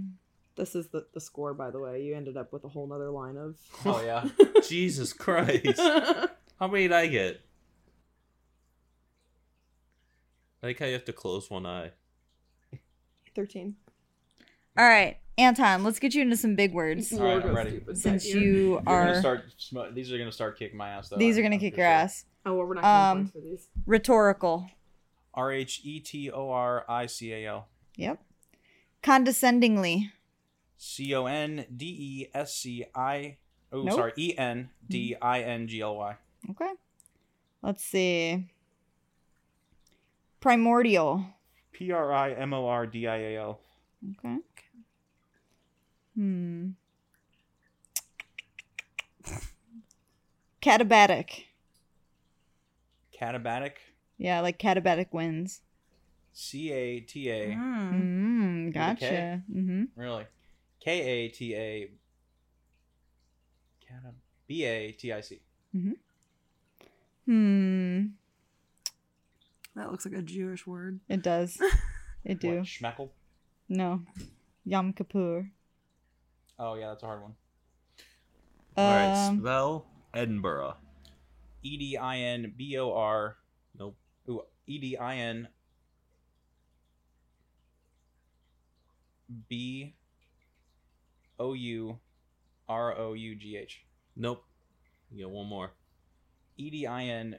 Speaker 5: This is the, the score, by the way. You ended up with a whole nother line of.
Speaker 3: Oh *laughs* yeah.
Speaker 1: Jesus Christ. How many did I get? I like how you have to close one eye.
Speaker 5: *laughs* Thirteen.
Speaker 2: All right, Anton, let's get you into some big words.
Speaker 3: All right, I'm ready.
Speaker 2: Since you
Speaker 3: You're gonna
Speaker 2: are,
Speaker 3: start. Sm- these are gonna start kicking my ass though.
Speaker 2: these are
Speaker 3: I'm-
Speaker 2: gonna
Speaker 3: I'm
Speaker 2: kick
Speaker 3: for
Speaker 2: your
Speaker 3: sure.
Speaker 2: ass.
Speaker 5: Oh, well, we're not
Speaker 2: Um,
Speaker 5: going to for these.
Speaker 2: Rhetorical.
Speaker 3: R H E T O R I C A L.
Speaker 2: Yep. Condescendingly.
Speaker 3: C O N D E S C I. Oh,
Speaker 2: Nope.
Speaker 3: sorry. E N D I N G L Y.
Speaker 2: Okay. Let's see. Primordial.
Speaker 3: P R I M O R D I A L.
Speaker 2: Okay. Hmm. Catabatic.
Speaker 3: Catabatic.
Speaker 2: Yeah, like catabatic wins.
Speaker 3: C A T A.
Speaker 2: Mm,
Speaker 5: Mm.
Speaker 3: Hmm. K?
Speaker 2: gotcha. Mm-hmm.
Speaker 3: Really? K A T A. Cata. B A T I C.
Speaker 2: Hmm.
Speaker 5: That looks like a Jewish word.
Speaker 2: It
Speaker 3: *laughs*
Speaker 2: does. It do.
Speaker 3: What, Schmeckle?
Speaker 2: No. Yom Kippur.
Speaker 3: Oh yeah, that's a hard one.
Speaker 1: All right,
Speaker 2: Um,
Speaker 1: spell Edinburgh.
Speaker 3: E D I N B O R.
Speaker 1: Nope.
Speaker 3: Ooh, E D I N B O U R O U G H.
Speaker 1: Nope. You get one more.
Speaker 3: E D I N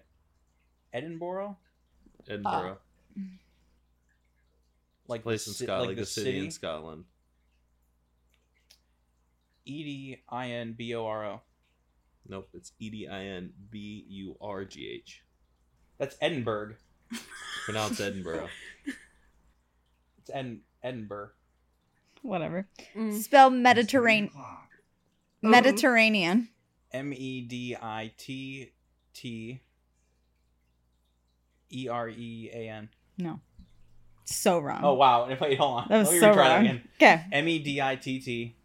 Speaker 3: Edinburgh?
Speaker 1: Edinburgh.
Speaker 3: Like
Speaker 1: place in Scotland, like,
Speaker 3: the
Speaker 1: a city, in Scotland.
Speaker 3: E D I N B O R O.
Speaker 1: Nope. It's E D I N B U R G H.
Speaker 3: That's Edinburgh.
Speaker 1: Pronounce Edinburgh.
Speaker 3: It's Ed- Edinburgh.
Speaker 2: whatever.
Speaker 3: Mm-hmm.
Speaker 5: Mm.
Speaker 2: Spell Mediterranean.
Speaker 3: Uh-huh.
Speaker 2: Mediterranean.
Speaker 3: M E D I T T E R E A N.
Speaker 2: No. So wrong.
Speaker 3: Oh wow! *laughs* Wait, hold on.
Speaker 2: That was
Speaker 3: Let me
Speaker 2: so
Speaker 3: retry that
Speaker 2: wrong.
Speaker 3: again.
Speaker 2: Okay.
Speaker 3: M E D I T T.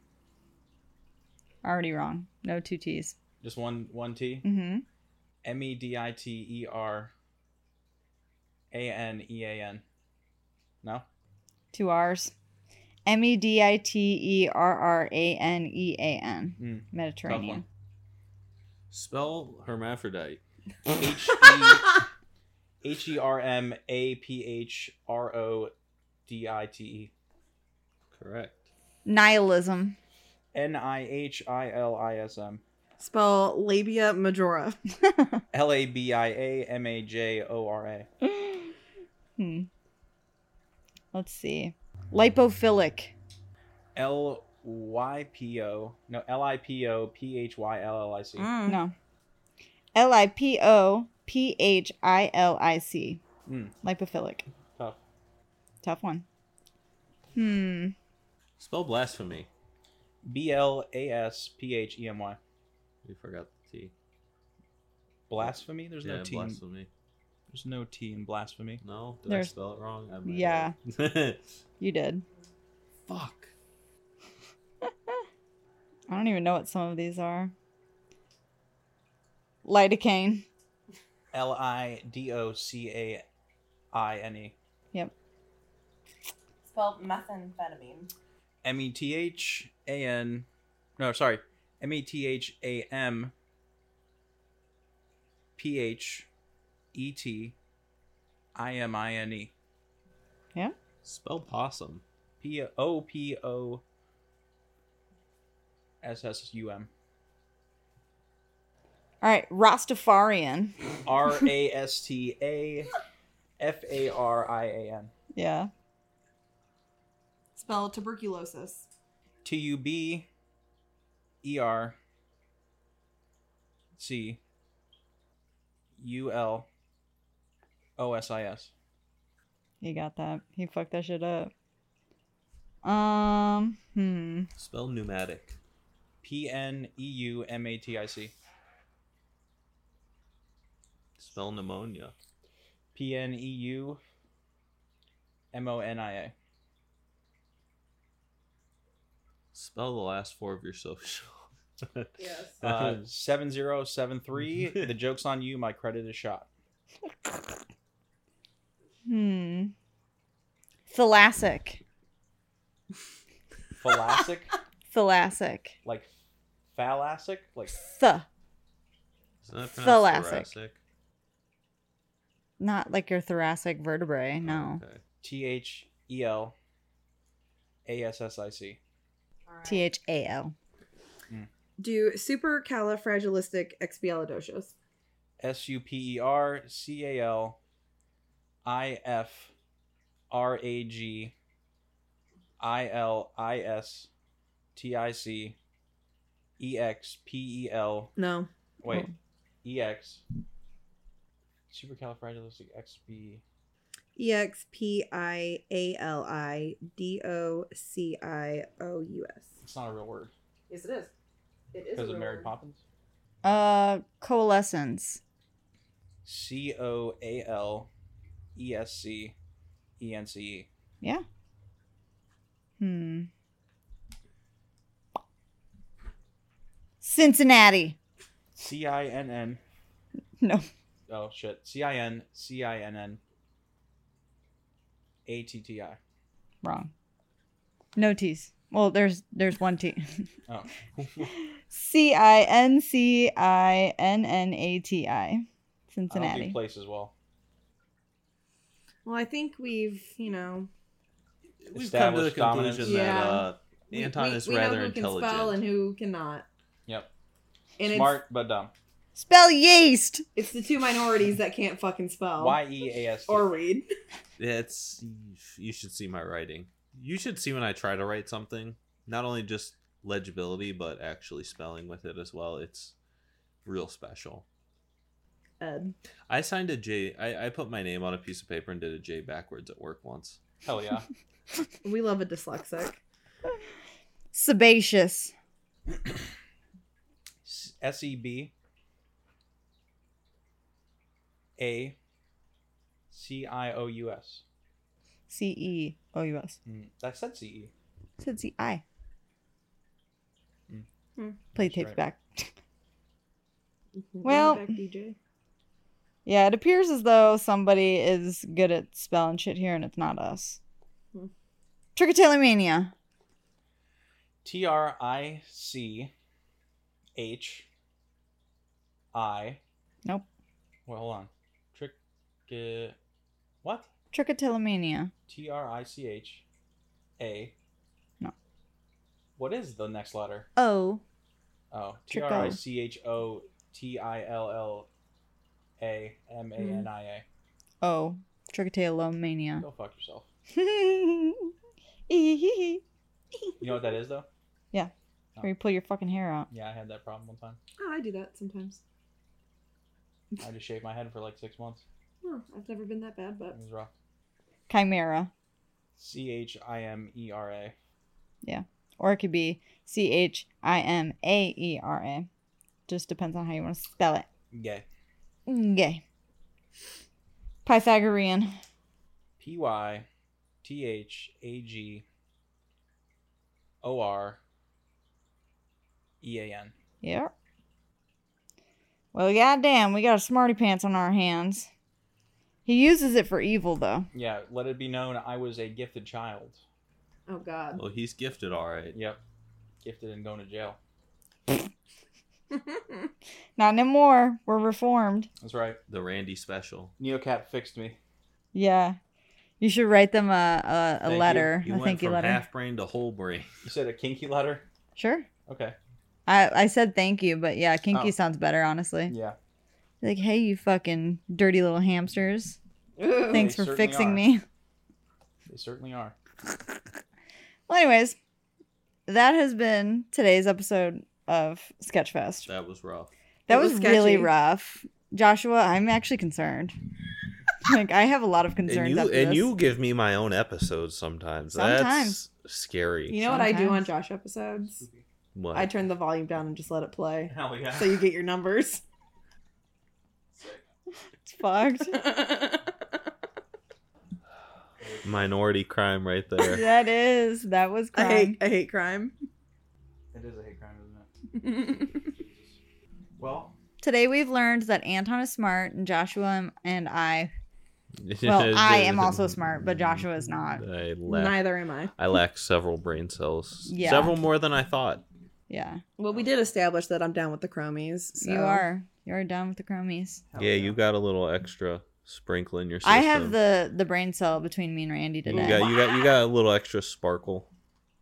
Speaker 2: Already wrong. No two T's.
Speaker 3: Just one one T.
Speaker 2: Mm-hmm.
Speaker 3: M E D I T E R A N E A N. No.
Speaker 2: Two R's. M E D I T E R R A N E A
Speaker 3: Mm,
Speaker 2: N. Mediterranean.
Speaker 1: Spell hermaphrodite.
Speaker 3: H E H E R M A P H R O D I T E.
Speaker 1: Correct.
Speaker 2: *laughs* Nihilism.
Speaker 3: N I H I L I S M.
Speaker 5: Spell labia majora.
Speaker 3: L A B I A M A J O R A.
Speaker 2: hmm. Let's see. Lipophilic.
Speaker 3: L Y P O. No, L I P O P H Y L L I C.
Speaker 5: Mm.
Speaker 2: No. L I P O P H I L I C.
Speaker 3: Mm.
Speaker 2: Lipophilic.
Speaker 3: Tough.
Speaker 2: Tough one. Hmm.
Speaker 1: Spell blasphemy.
Speaker 3: B L A S P H E M Y.
Speaker 1: We forgot the T.
Speaker 3: Blasphemy? There's
Speaker 1: yeah,
Speaker 3: no T. in-
Speaker 1: blasphemy.
Speaker 3: There's no T in blasphemy.
Speaker 1: No, did
Speaker 2: There's-
Speaker 1: I spell it wrong? I might
Speaker 2: Yeah.
Speaker 1: have.
Speaker 2: You did.
Speaker 1: *laughs* Fuck.
Speaker 2: I don't even know what some of these are. Lidocaine.
Speaker 3: L I D O C A I N E.
Speaker 4: Spelled methamphetamine.
Speaker 3: M E T H A N. No, sorry. M E T H A M P H E T I M I N E.
Speaker 1: Spell possum.
Speaker 3: P O P O S S U M.
Speaker 2: All right. Rastafarian.
Speaker 3: R A S T A F A R I A N.
Speaker 2: Yeah.
Speaker 4: Spelled tuberculosis.
Speaker 3: T U B E R C U L O S I S.
Speaker 2: You got that. He fucked that shit up. Um. Hmm.
Speaker 1: Spell pneumatic.
Speaker 3: P N E U M A T I C.
Speaker 1: Spell pneumonia.
Speaker 3: P N E U M O N I A.
Speaker 1: Spell the last four of your social. *laughs*
Speaker 4: Yes.
Speaker 3: Uh, 7073. the joke's on you. My credit is shot.
Speaker 2: Hmm. Thalassic.
Speaker 3: Thalassic?
Speaker 2: Thalassic.
Speaker 3: like phallacic? Like
Speaker 2: Th.
Speaker 1: Isn't that pronounced
Speaker 2: Thalassic.
Speaker 1: thoracic?
Speaker 2: Not like your thoracic vertebrae. No.
Speaker 1: Okay.
Speaker 3: T H E L A S S I C.
Speaker 2: T H A L.
Speaker 5: Do supercalifragilisticexpialidocious.
Speaker 3: S U P E R C A L I F R A G I L I S T I C E X P E L.
Speaker 5: No.
Speaker 3: Wait,
Speaker 2: Oh.
Speaker 3: E X. Supercalifragilisticexp.
Speaker 5: E X P I A L I D O C I O U S.
Speaker 3: It's not a real word.
Speaker 4: Yes, it is. It is.
Speaker 3: Because of Mary Poppins?
Speaker 2: Uh, coalescence.
Speaker 3: C O A L E S C E N C E.
Speaker 2: Yeah. Hmm. Cincinnati.
Speaker 3: C I N N.
Speaker 2: No.
Speaker 3: Oh, shit. C I N C I N N A T T I.
Speaker 2: Wrong. No T's. Well, there's there's one T.
Speaker 3: Oh.
Speaker 2: *laughs* C I N C I N N A T I.
Speaker 3: I don't do
Speaker 2: Cincinnati.
Speaker 3: place as well.
Speaker 5: Well, I think we've, you know,
Speaker 1: We've come to the
Speaker 3: Established dominance.
Speaker 1: conclusion
Speaker 5: Yeah.
Speaker 1: that uh, Anton is rather intelligent.
Speaker 5: spell and who cannot.
Speaker 3: Yep.
Speaker 5: And
Speaker 3: Smart but dumb.
Speaker 2: Spell yeast.
Speaker 5: It's, it's the two minorities that can't fucking spell
Speaker 3: Y E A S T.
Speaker 5: Oh. or read. *laughs*
Speaker 1: It's you should see my writing. You should see when I try to write something. Not only just legibility, but actually spelling with it as well. It's real special.
Speaker 5: Ed.
Speaker 1: I signed a J. I, I put my name on a piece of paper and did a J backwards at work once.
Speaker 3: Hell yeah.
Speaker 5: We love a dyslexic.
Speaker 2: Sebaceous.
Speaker 3: S E B A C I O U S.
Speaker 2: C E O U S.
Speaker 3: Mm, I said C E.
Speaker 2: It Said C I.
Speaker 3: Mm.
Speaker 5: Hmm.
Speaker 2: Play
Speaker 3: That's
Speaker 2: tapes
Speaker 3: right.
Speaker 2: back. Well-
Speaker 5: Well, back, DJ.
Speaker 2: Yeah, it appears as though somebody is good at spelling shit here, and it's not us.
Speaker 5: Hmm.
Speaker 2: Trick or Trichotillomania.
Speaker 3: T R I C H I.
Speaker 2: Nope.
Speaker 3: Well, hold on. Trick. Uh, what?
Speaker 2: Trichotillomania.
Speaker 3: T R I C H A.
Speaker 2: No.
Speaker 3: What is the next letter?
Speaker 2: O.
Speaker 3: Oh, T
Speaker 2: Tricho.
Speaker 3: R I C H O T I L L A M A N I
Speaker 2: O.
Speaker 3: A.
Speaker 2: Trichotillomania.
Speaker 3: Go fuck yourself.
Speaker 2: *laughs* Where
Speaker 3: You know what that is, though?
Speaker 2: you pull your fucking hair out.
Speaker 3: Yeah, I had that problem one time.
Speaker 5: Oh, I do that sometimes.
Speaker 3: I just shaved my head for like six months.
Speaker 5: Oh, I've never been that bad,
Speaker 3: It
Speaker 5: but
Speaker 3: was rough.
Speaker 2: Chimera.
Speaker 3: C H I M E R A.
Speaker 2: Or it could be C H I M A E R A. Just depends on how you want to spell it.
Speaker 3: Gay.
Speaker 2: Okay. Pythagorean.
Speaker 3: P Y T H A G O R E A N.
Speaker 2: Yep. Well, goddamn, we got a smarty pants on our hands. He uses it for evil, though.
Speaker 3: Yeah, let it be known I was a gifted child.
Speaker 5: oh god. *laughs*
Speaker 1: Well, he's gifted, all right.
Speaker 3: Yep. Gifted and going to jail.
Speaker 2: Not anymore. We're reformed.
Speaker 3: That's right.
Speaker 1: The Randy special.
Speaker 3: Neocat fixed me.
Speaker 2: Yeah. You should write them a, a,
Speaker 1: Thank
Speaker 2: a
Speaker 1: you.
Speaker 2: letter,
Speaker 1: You
Speaker 2: a
Speaker 1: went
Speaker 2: thank you
Speaker 1: from
Speaker 2: letter.
Speaker 1: half brain to whole brain. *laughs*
Speaker 3: You said a kinky letter?
Speaker 2: Sure.
Speaker 3: Okay.
Speaker 2: I, I said thank you, but yeah, kinky
Speaker 3: Oh.
Speaker 2: sounds better, honestly.
Speaker 3: Yeah.
Speaker 2: Like, hey, you fucking dirty little hamsters.
Speaker 5: Ooh.
Speaker 2: Thanks
Speaker 3: they
Speaker 2: for
Speaker 3: certainly
Speaker 2: fixing
Speaker 3: are.
Speaker 2: me. *laughs*
Speaker 3: They certainly are.
Speaker 2: Well, anyways, that has been today's episode of Sketchfest.
Speaker 1: That was rough.
Speaker 2: That
Speaker 5: It
Speaker 2: was,
Speaker 5: was
Speaker 2: really
Speaker 5: sketchy.
Speaker 2: rough, Joshua. I'm actually concerned. *laughs* like I have a lot of concerns.
Speaker 1: And you
Speaker 2: after
Speaker 1: and
Speaker 2: this.
Speaker 1: you give me my own episodes sometimes.
Speaker 2: Sometimes.
Speaker 1: That's scary.
Speaker 5: You know what I do on
Speaker 2: Sometimes.
Speaker 5: Josh episodes?
Speaker 1: What?
Speaker 5: I turn the volume down and just let it play.
Speaker 3: Hell yeah.
Speaker 2: *laughs*
Speaker 5: So you get your numbers. *laughs*
Speaker 2: it's
Speaker 5: *laughs*
Speaker 2: fucked. *laughs*
Speaker 1: Minority crime right there.
Speaker 2: that is that was
Speaker 5: I
Speaker 2: crime.
Speaker 5: hate I
Speaker 2: *laughs*
Speaker 5: hate crime.
Speaker 3: *laughs* It is a hate crime, isn't it? well,
Speaker 2: Today we've learned that Anton is smart and Joshua and I.
Speaker 1: It
Speaker 2: *laughs*
Speaker 1: *laughs*
Speaker 2: Well, I am
Speaker 1: is-
Speaker 2: also smart, but Joshua is not.
Speaker 1: I lack,
Speaker 5: Neither am I.
Speaker 1: I lack several brain cells.
Speaker 2: Yeah.
Speaker 1: Several more than I thought.
Speaker 2: Yeah,
Speaker 5: Well, we did establish that I'm down with the chromies. So.
Speaker 2: you are. You're done with the chromies.
Speaker 3: hell
Speaker 1: yeah, you got a little extra sprinkle in your system.
Speaker 2: I have the the brain cell between me and Randy
Speaker 1: You
Speaker 2: today.
Speaker 1: got, you got you got a little extra sparkle.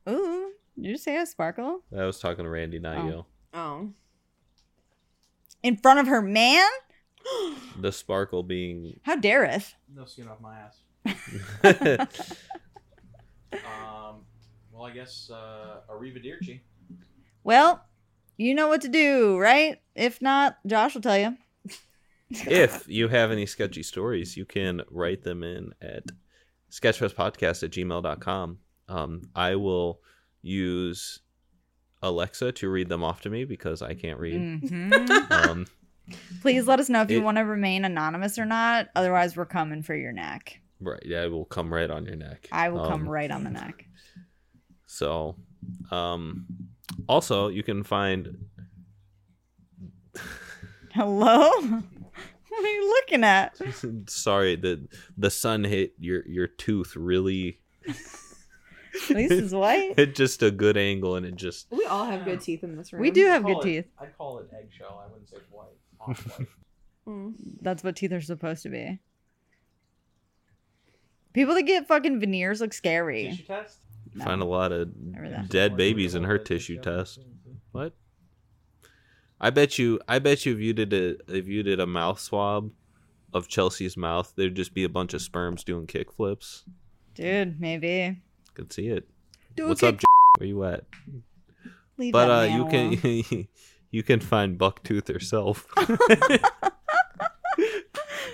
Speaker 2: Ooh, did you say a sparkle
Speaker 1: I was talking to Randy, not
Speaker 2: Oh. *gasps*
Speaker 5: Oh.
Speaker 2: in front of her man? Oh.
Speaker 1: you. The sparkle
Speaker 2: *laughs*
Speaker 1: being *laughs*
Speaker 2: How dareth?
Speaker 3: No skin off my ass.
Speaker 1: That's
Speaker 3: Um, well, I guess uh, Arrivederci.
Speaker 2: Well, you know what to do, right? If not, Josh will tell you.
Speaker 1: if you have any sketchy stories, you can write them in at sketchfestpodcast at gmail.com. Um, I will use Alexa to read them off to me because I can't read. *laughs*
Speaker 2: *laughs* Mhm.
Speaker 1: Um,
Speaker 2: Please let us know if you
Speaker 1: It-
Speaker 2: want to remain anonymous or not. Otherwise, we're coming for your neck.
Speaker 1: right. Yeah, I will come right on your neck.
Speaker 2: I will come
Speaker 1: Um,
Speaker 2: right on the neck.
Speaker 1: So, um, also, you can find
Speaker 2: Hello? *laughs* What are you looking at?
Speaker 1: *laughs* Sorry, the the sun hit your your tooth
Speaker 2: *laughs*
Speaker 1: really.
Speaker 2: At
Speaker 1: *laughs*
Speaker 2: least it's white.
Speaker 1: At just a good angle, and it just
Speaker 4: We all have good teeth in this room.
Speaker 2: We do have
Speaker 3: Call
Speaker 2: good
Speaker 3: it-
Speaker 2: teeth.
Speaker 3: I'd call it eggshell. I wouldn't say white. off-white.
Speaker 5: Hmm.
Speaker 2: That's what teeth are supposed to be. People that get fucking veneers look
Speaker 3: Tissue
Speaker 2: scary.
Speaker 3: test.
Speaker 2: No.
Speaker 1: find a lot of
Speaker 2: that.
Speaker 1: dead babies in her tissue test. What? I bet you. I bet you if you did a if you did a mouth swab of Chelsea's mouth, there'd just be a bunch of sperms doing kickflips.
Speaker 2: Dude, maybe.
Speaker 1: Could see it.
Speaker 2: Do
Speaker 1: What's up? J- Where you at?
Speaker 2: Leave
Speaker 1: but
Speaker 2: that
Speaker 1: uh,
Speaker 2: man
Speaker 1: you
Speaker 2: alone.
Speaker 1: can *laughs* you can find Bucktooth
Speaker 2: *laughs*
Speaker 1: herself *laughs*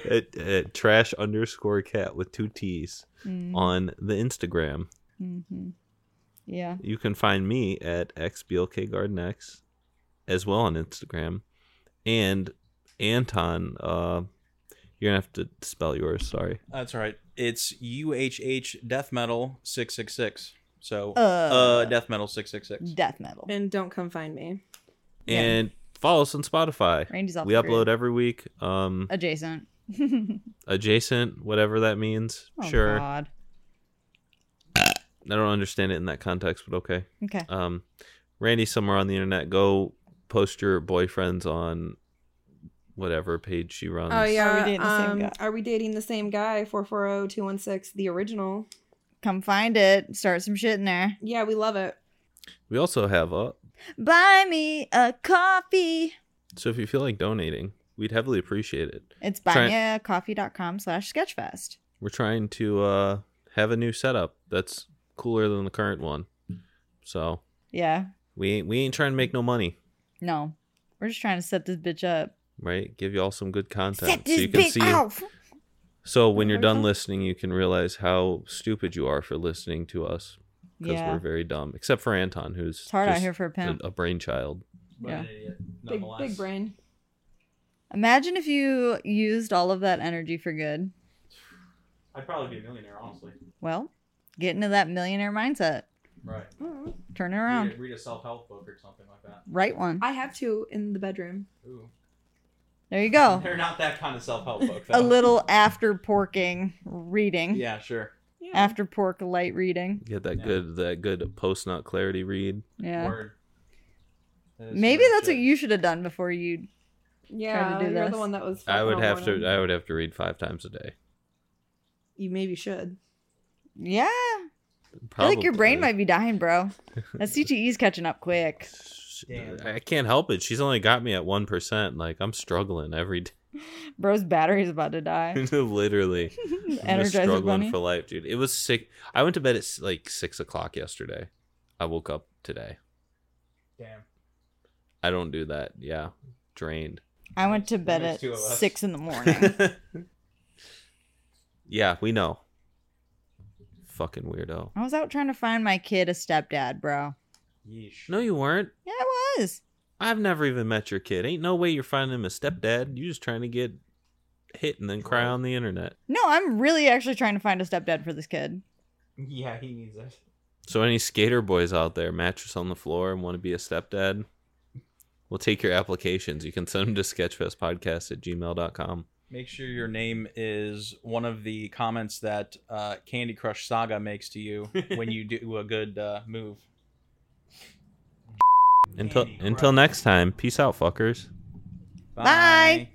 Speaker 1: at, at trash underscore cat with two T's *laughs*
Speaker 2: Mm,
Speaker 1: on the Instagram. Oh.
Speaker 2: mhm. Yeah.
Speaker 1: You can find me at xblkgardenx as well on Instagram. And Anton, uh, you're gonna have to spell yours. Sorry.
Speaker 3: That's right. It's UHH Death Metal 666. So,
Speaker 2: Uh,
Speaker 3: uh, Death Metal 666.
Speaker 2: death metal.
Speaker 5: And don't come find me.
Speaker 2: Yeah.
Speaker 1: And follow us on Spotify.
Speaker 2: Randy's off.
Speaker 1: We
Speaker 2: the grid.
Speaker 1: upload every week. Um,
Speaker 2: adjacent. *laughs*
Speaker 1: adjacent, whatever that means.
Speaker 2: oh,
Speaker 1: sure.
Speaker 2: God.
Speaker 1: I don't understand it in that context, but okay.
Speaker 2: Okay.
Speaker 1: Um, Randy, somewhere on the internet, go post your boyfriends on whatever page she runs.
Speaker 5: Oh yeah.
Speaker 2: we dating the same
Speaker 5: um,
Speaker 2: guy?
Speaker 5: Are we dating the same guy? Four four zero two one six, the original.
Speaker 2: Come find it. Start some shit in there.
Speaker 5: Yeah, we love it.
Speaker 1: We also have a.
Speaker 2: Buy me a coffee.
Speaker 1: So if you feel like donating, we'd heavily appreciate it.
Speaker 2: It's
Speaker 1: Try-
Speaker 2: buymeacoffee.com slash sketchfest.
Speaker 1: We're trying to uh, have a new setup that's cooler than the current one. So
Speaker 2: Yeah.
Speaker 1: we ain't, we ain't trying to make no money,
Speaker 2: No. We're just trying to set this bitch up.
Speaker 1: right? Give y'all some good content
Speaker 2: Set this
Speaker 1: so you can
Speaker 2: bitch
Speaker 1: see.
Speaker 2: off.
Speaker 1: So when you're done
Speaker 2: Mm-hmm.
Speaker 5: Okay.
Speaker 1: listening, you can realize how stupid you are for listening to us because
Speaker 2: Yeah.
Speaker 1: we're very dumb, except for Anton, who's
Speaker 2: It's hard out
Speaker 1: just
Speaker 2: here for a
Speaker 1: a,
Speaker 2: pimp.
Speaker 1: a brainchild.
Speaker 3: But
Speaker 2: Yeah.
Speaker 3: an idiot,
Speaker 5: Big
Speaker 3: nonetheless.
Speaker 5: big brain.
Speaker 2: Imagine if you used all of that energy for good.
Speaker 3: I'd probably be a millionaire, honestly.
Speaker 2: Well, get into that millionaire mindset.
Speaker 3: Right.
Speaker 5: Oh,
Speaker 2: Turn it around.
Speaker 3: Read a, read a self help book or something like that.
Speaker 2: Write one.
Speaker 5: I have two in the bedroom.
Speaker 3: Ooh.
Speaker 2: There you go.
Speaker 3: *laughs* They're not that kind of self help book, though.
Speaker 2: A little after porking reading.
Speaker 3: Yeah, sure.
Speaker 5: Yeah.
Speaker 2: After pork light reading.
Speaker 1: Get that
Speaker 3: Yeah.
Speaker 1: good that good post not clarity read.
Speaker 2: Yeah.
Speaker 3: Word. That is
Speaker 2: Maybe
Speaker 3: some
Speaker 2: that's
Speaker 3: shit.
Speaker 2: what you should have done before you.
Speaker 5: yeah,
Speaker 2: do
Speaker 5: you're
Speaker 2: this.
Speaker 5: the one that was.
Speaker 1: I
Speaker 5: fucking
Speaker 1: would
Speaker 5: all
Speaker 1: have to
Speaker 5: morning.
Speaker 1: I would have to read five times a day.
Speaker 5: You maybe should.
Speaker 2: Yeah. I think your brain might be dying, bro.
Speaker 3: *laughs*
Speaker 2: That CTE's catching up quick.
Speaker 3: Damn.
Speaker 1: I can't help it. She's only got me at one percent. Like I'm struggling every day.
Speaker 2: Bro's battery's about to die.
Speaker 1: *laughs* Literally, I'm just
Speaker 2: Energizer
Speaker 1: struggling
Speaker 2: bunny.
Speaker 1: for life, dude. It was sick. I went to bed at s- like six o'clock yesterday. I woke up today.
Speaker 3: Damn.
Speaker 1: I don't do that. Yeah, drained. *laughs*
Speaker 2: I went to bed
Speaker 3: makes
Speaker 2: at
Speaker 3: two of us.
Speaker 2: six
Speaker 3: *laughs*
Speaker 2: in the morning.
Speaker 1: yeah, we know. Fucking weirdo.
Speaker 2: I was out trying to find my kid a stepdad, bro.
Speaker 3: Yeesh.
Speaker 1: No, you weren't.
Speaker 2: Yeah, I was.
Speaker 1: I've never even met your kid. Ain't no way you're finding him a stepdad. You're just trying to get hit and then cry on the internet.
Speaker 2: No, I'm really actually trying to find a stepdad for this kid.
Speaker 3: Yeah, he needs it.
Speaker 1: So any skater boys out there, mattress on the floor and want to be a stepdad, we'll take your applications. You can send them to sketchfestpodcast at gmail.com.
Speaker 3: Make sure your name is one of the comments that uh, Candy Crush Saga makes to you when you do a good uh, move.
Speaker 1: Until
Speaker 3: Candy Crush.
Speaker 1: until next time, peace out, fuckers.
Speaker 2: Bye.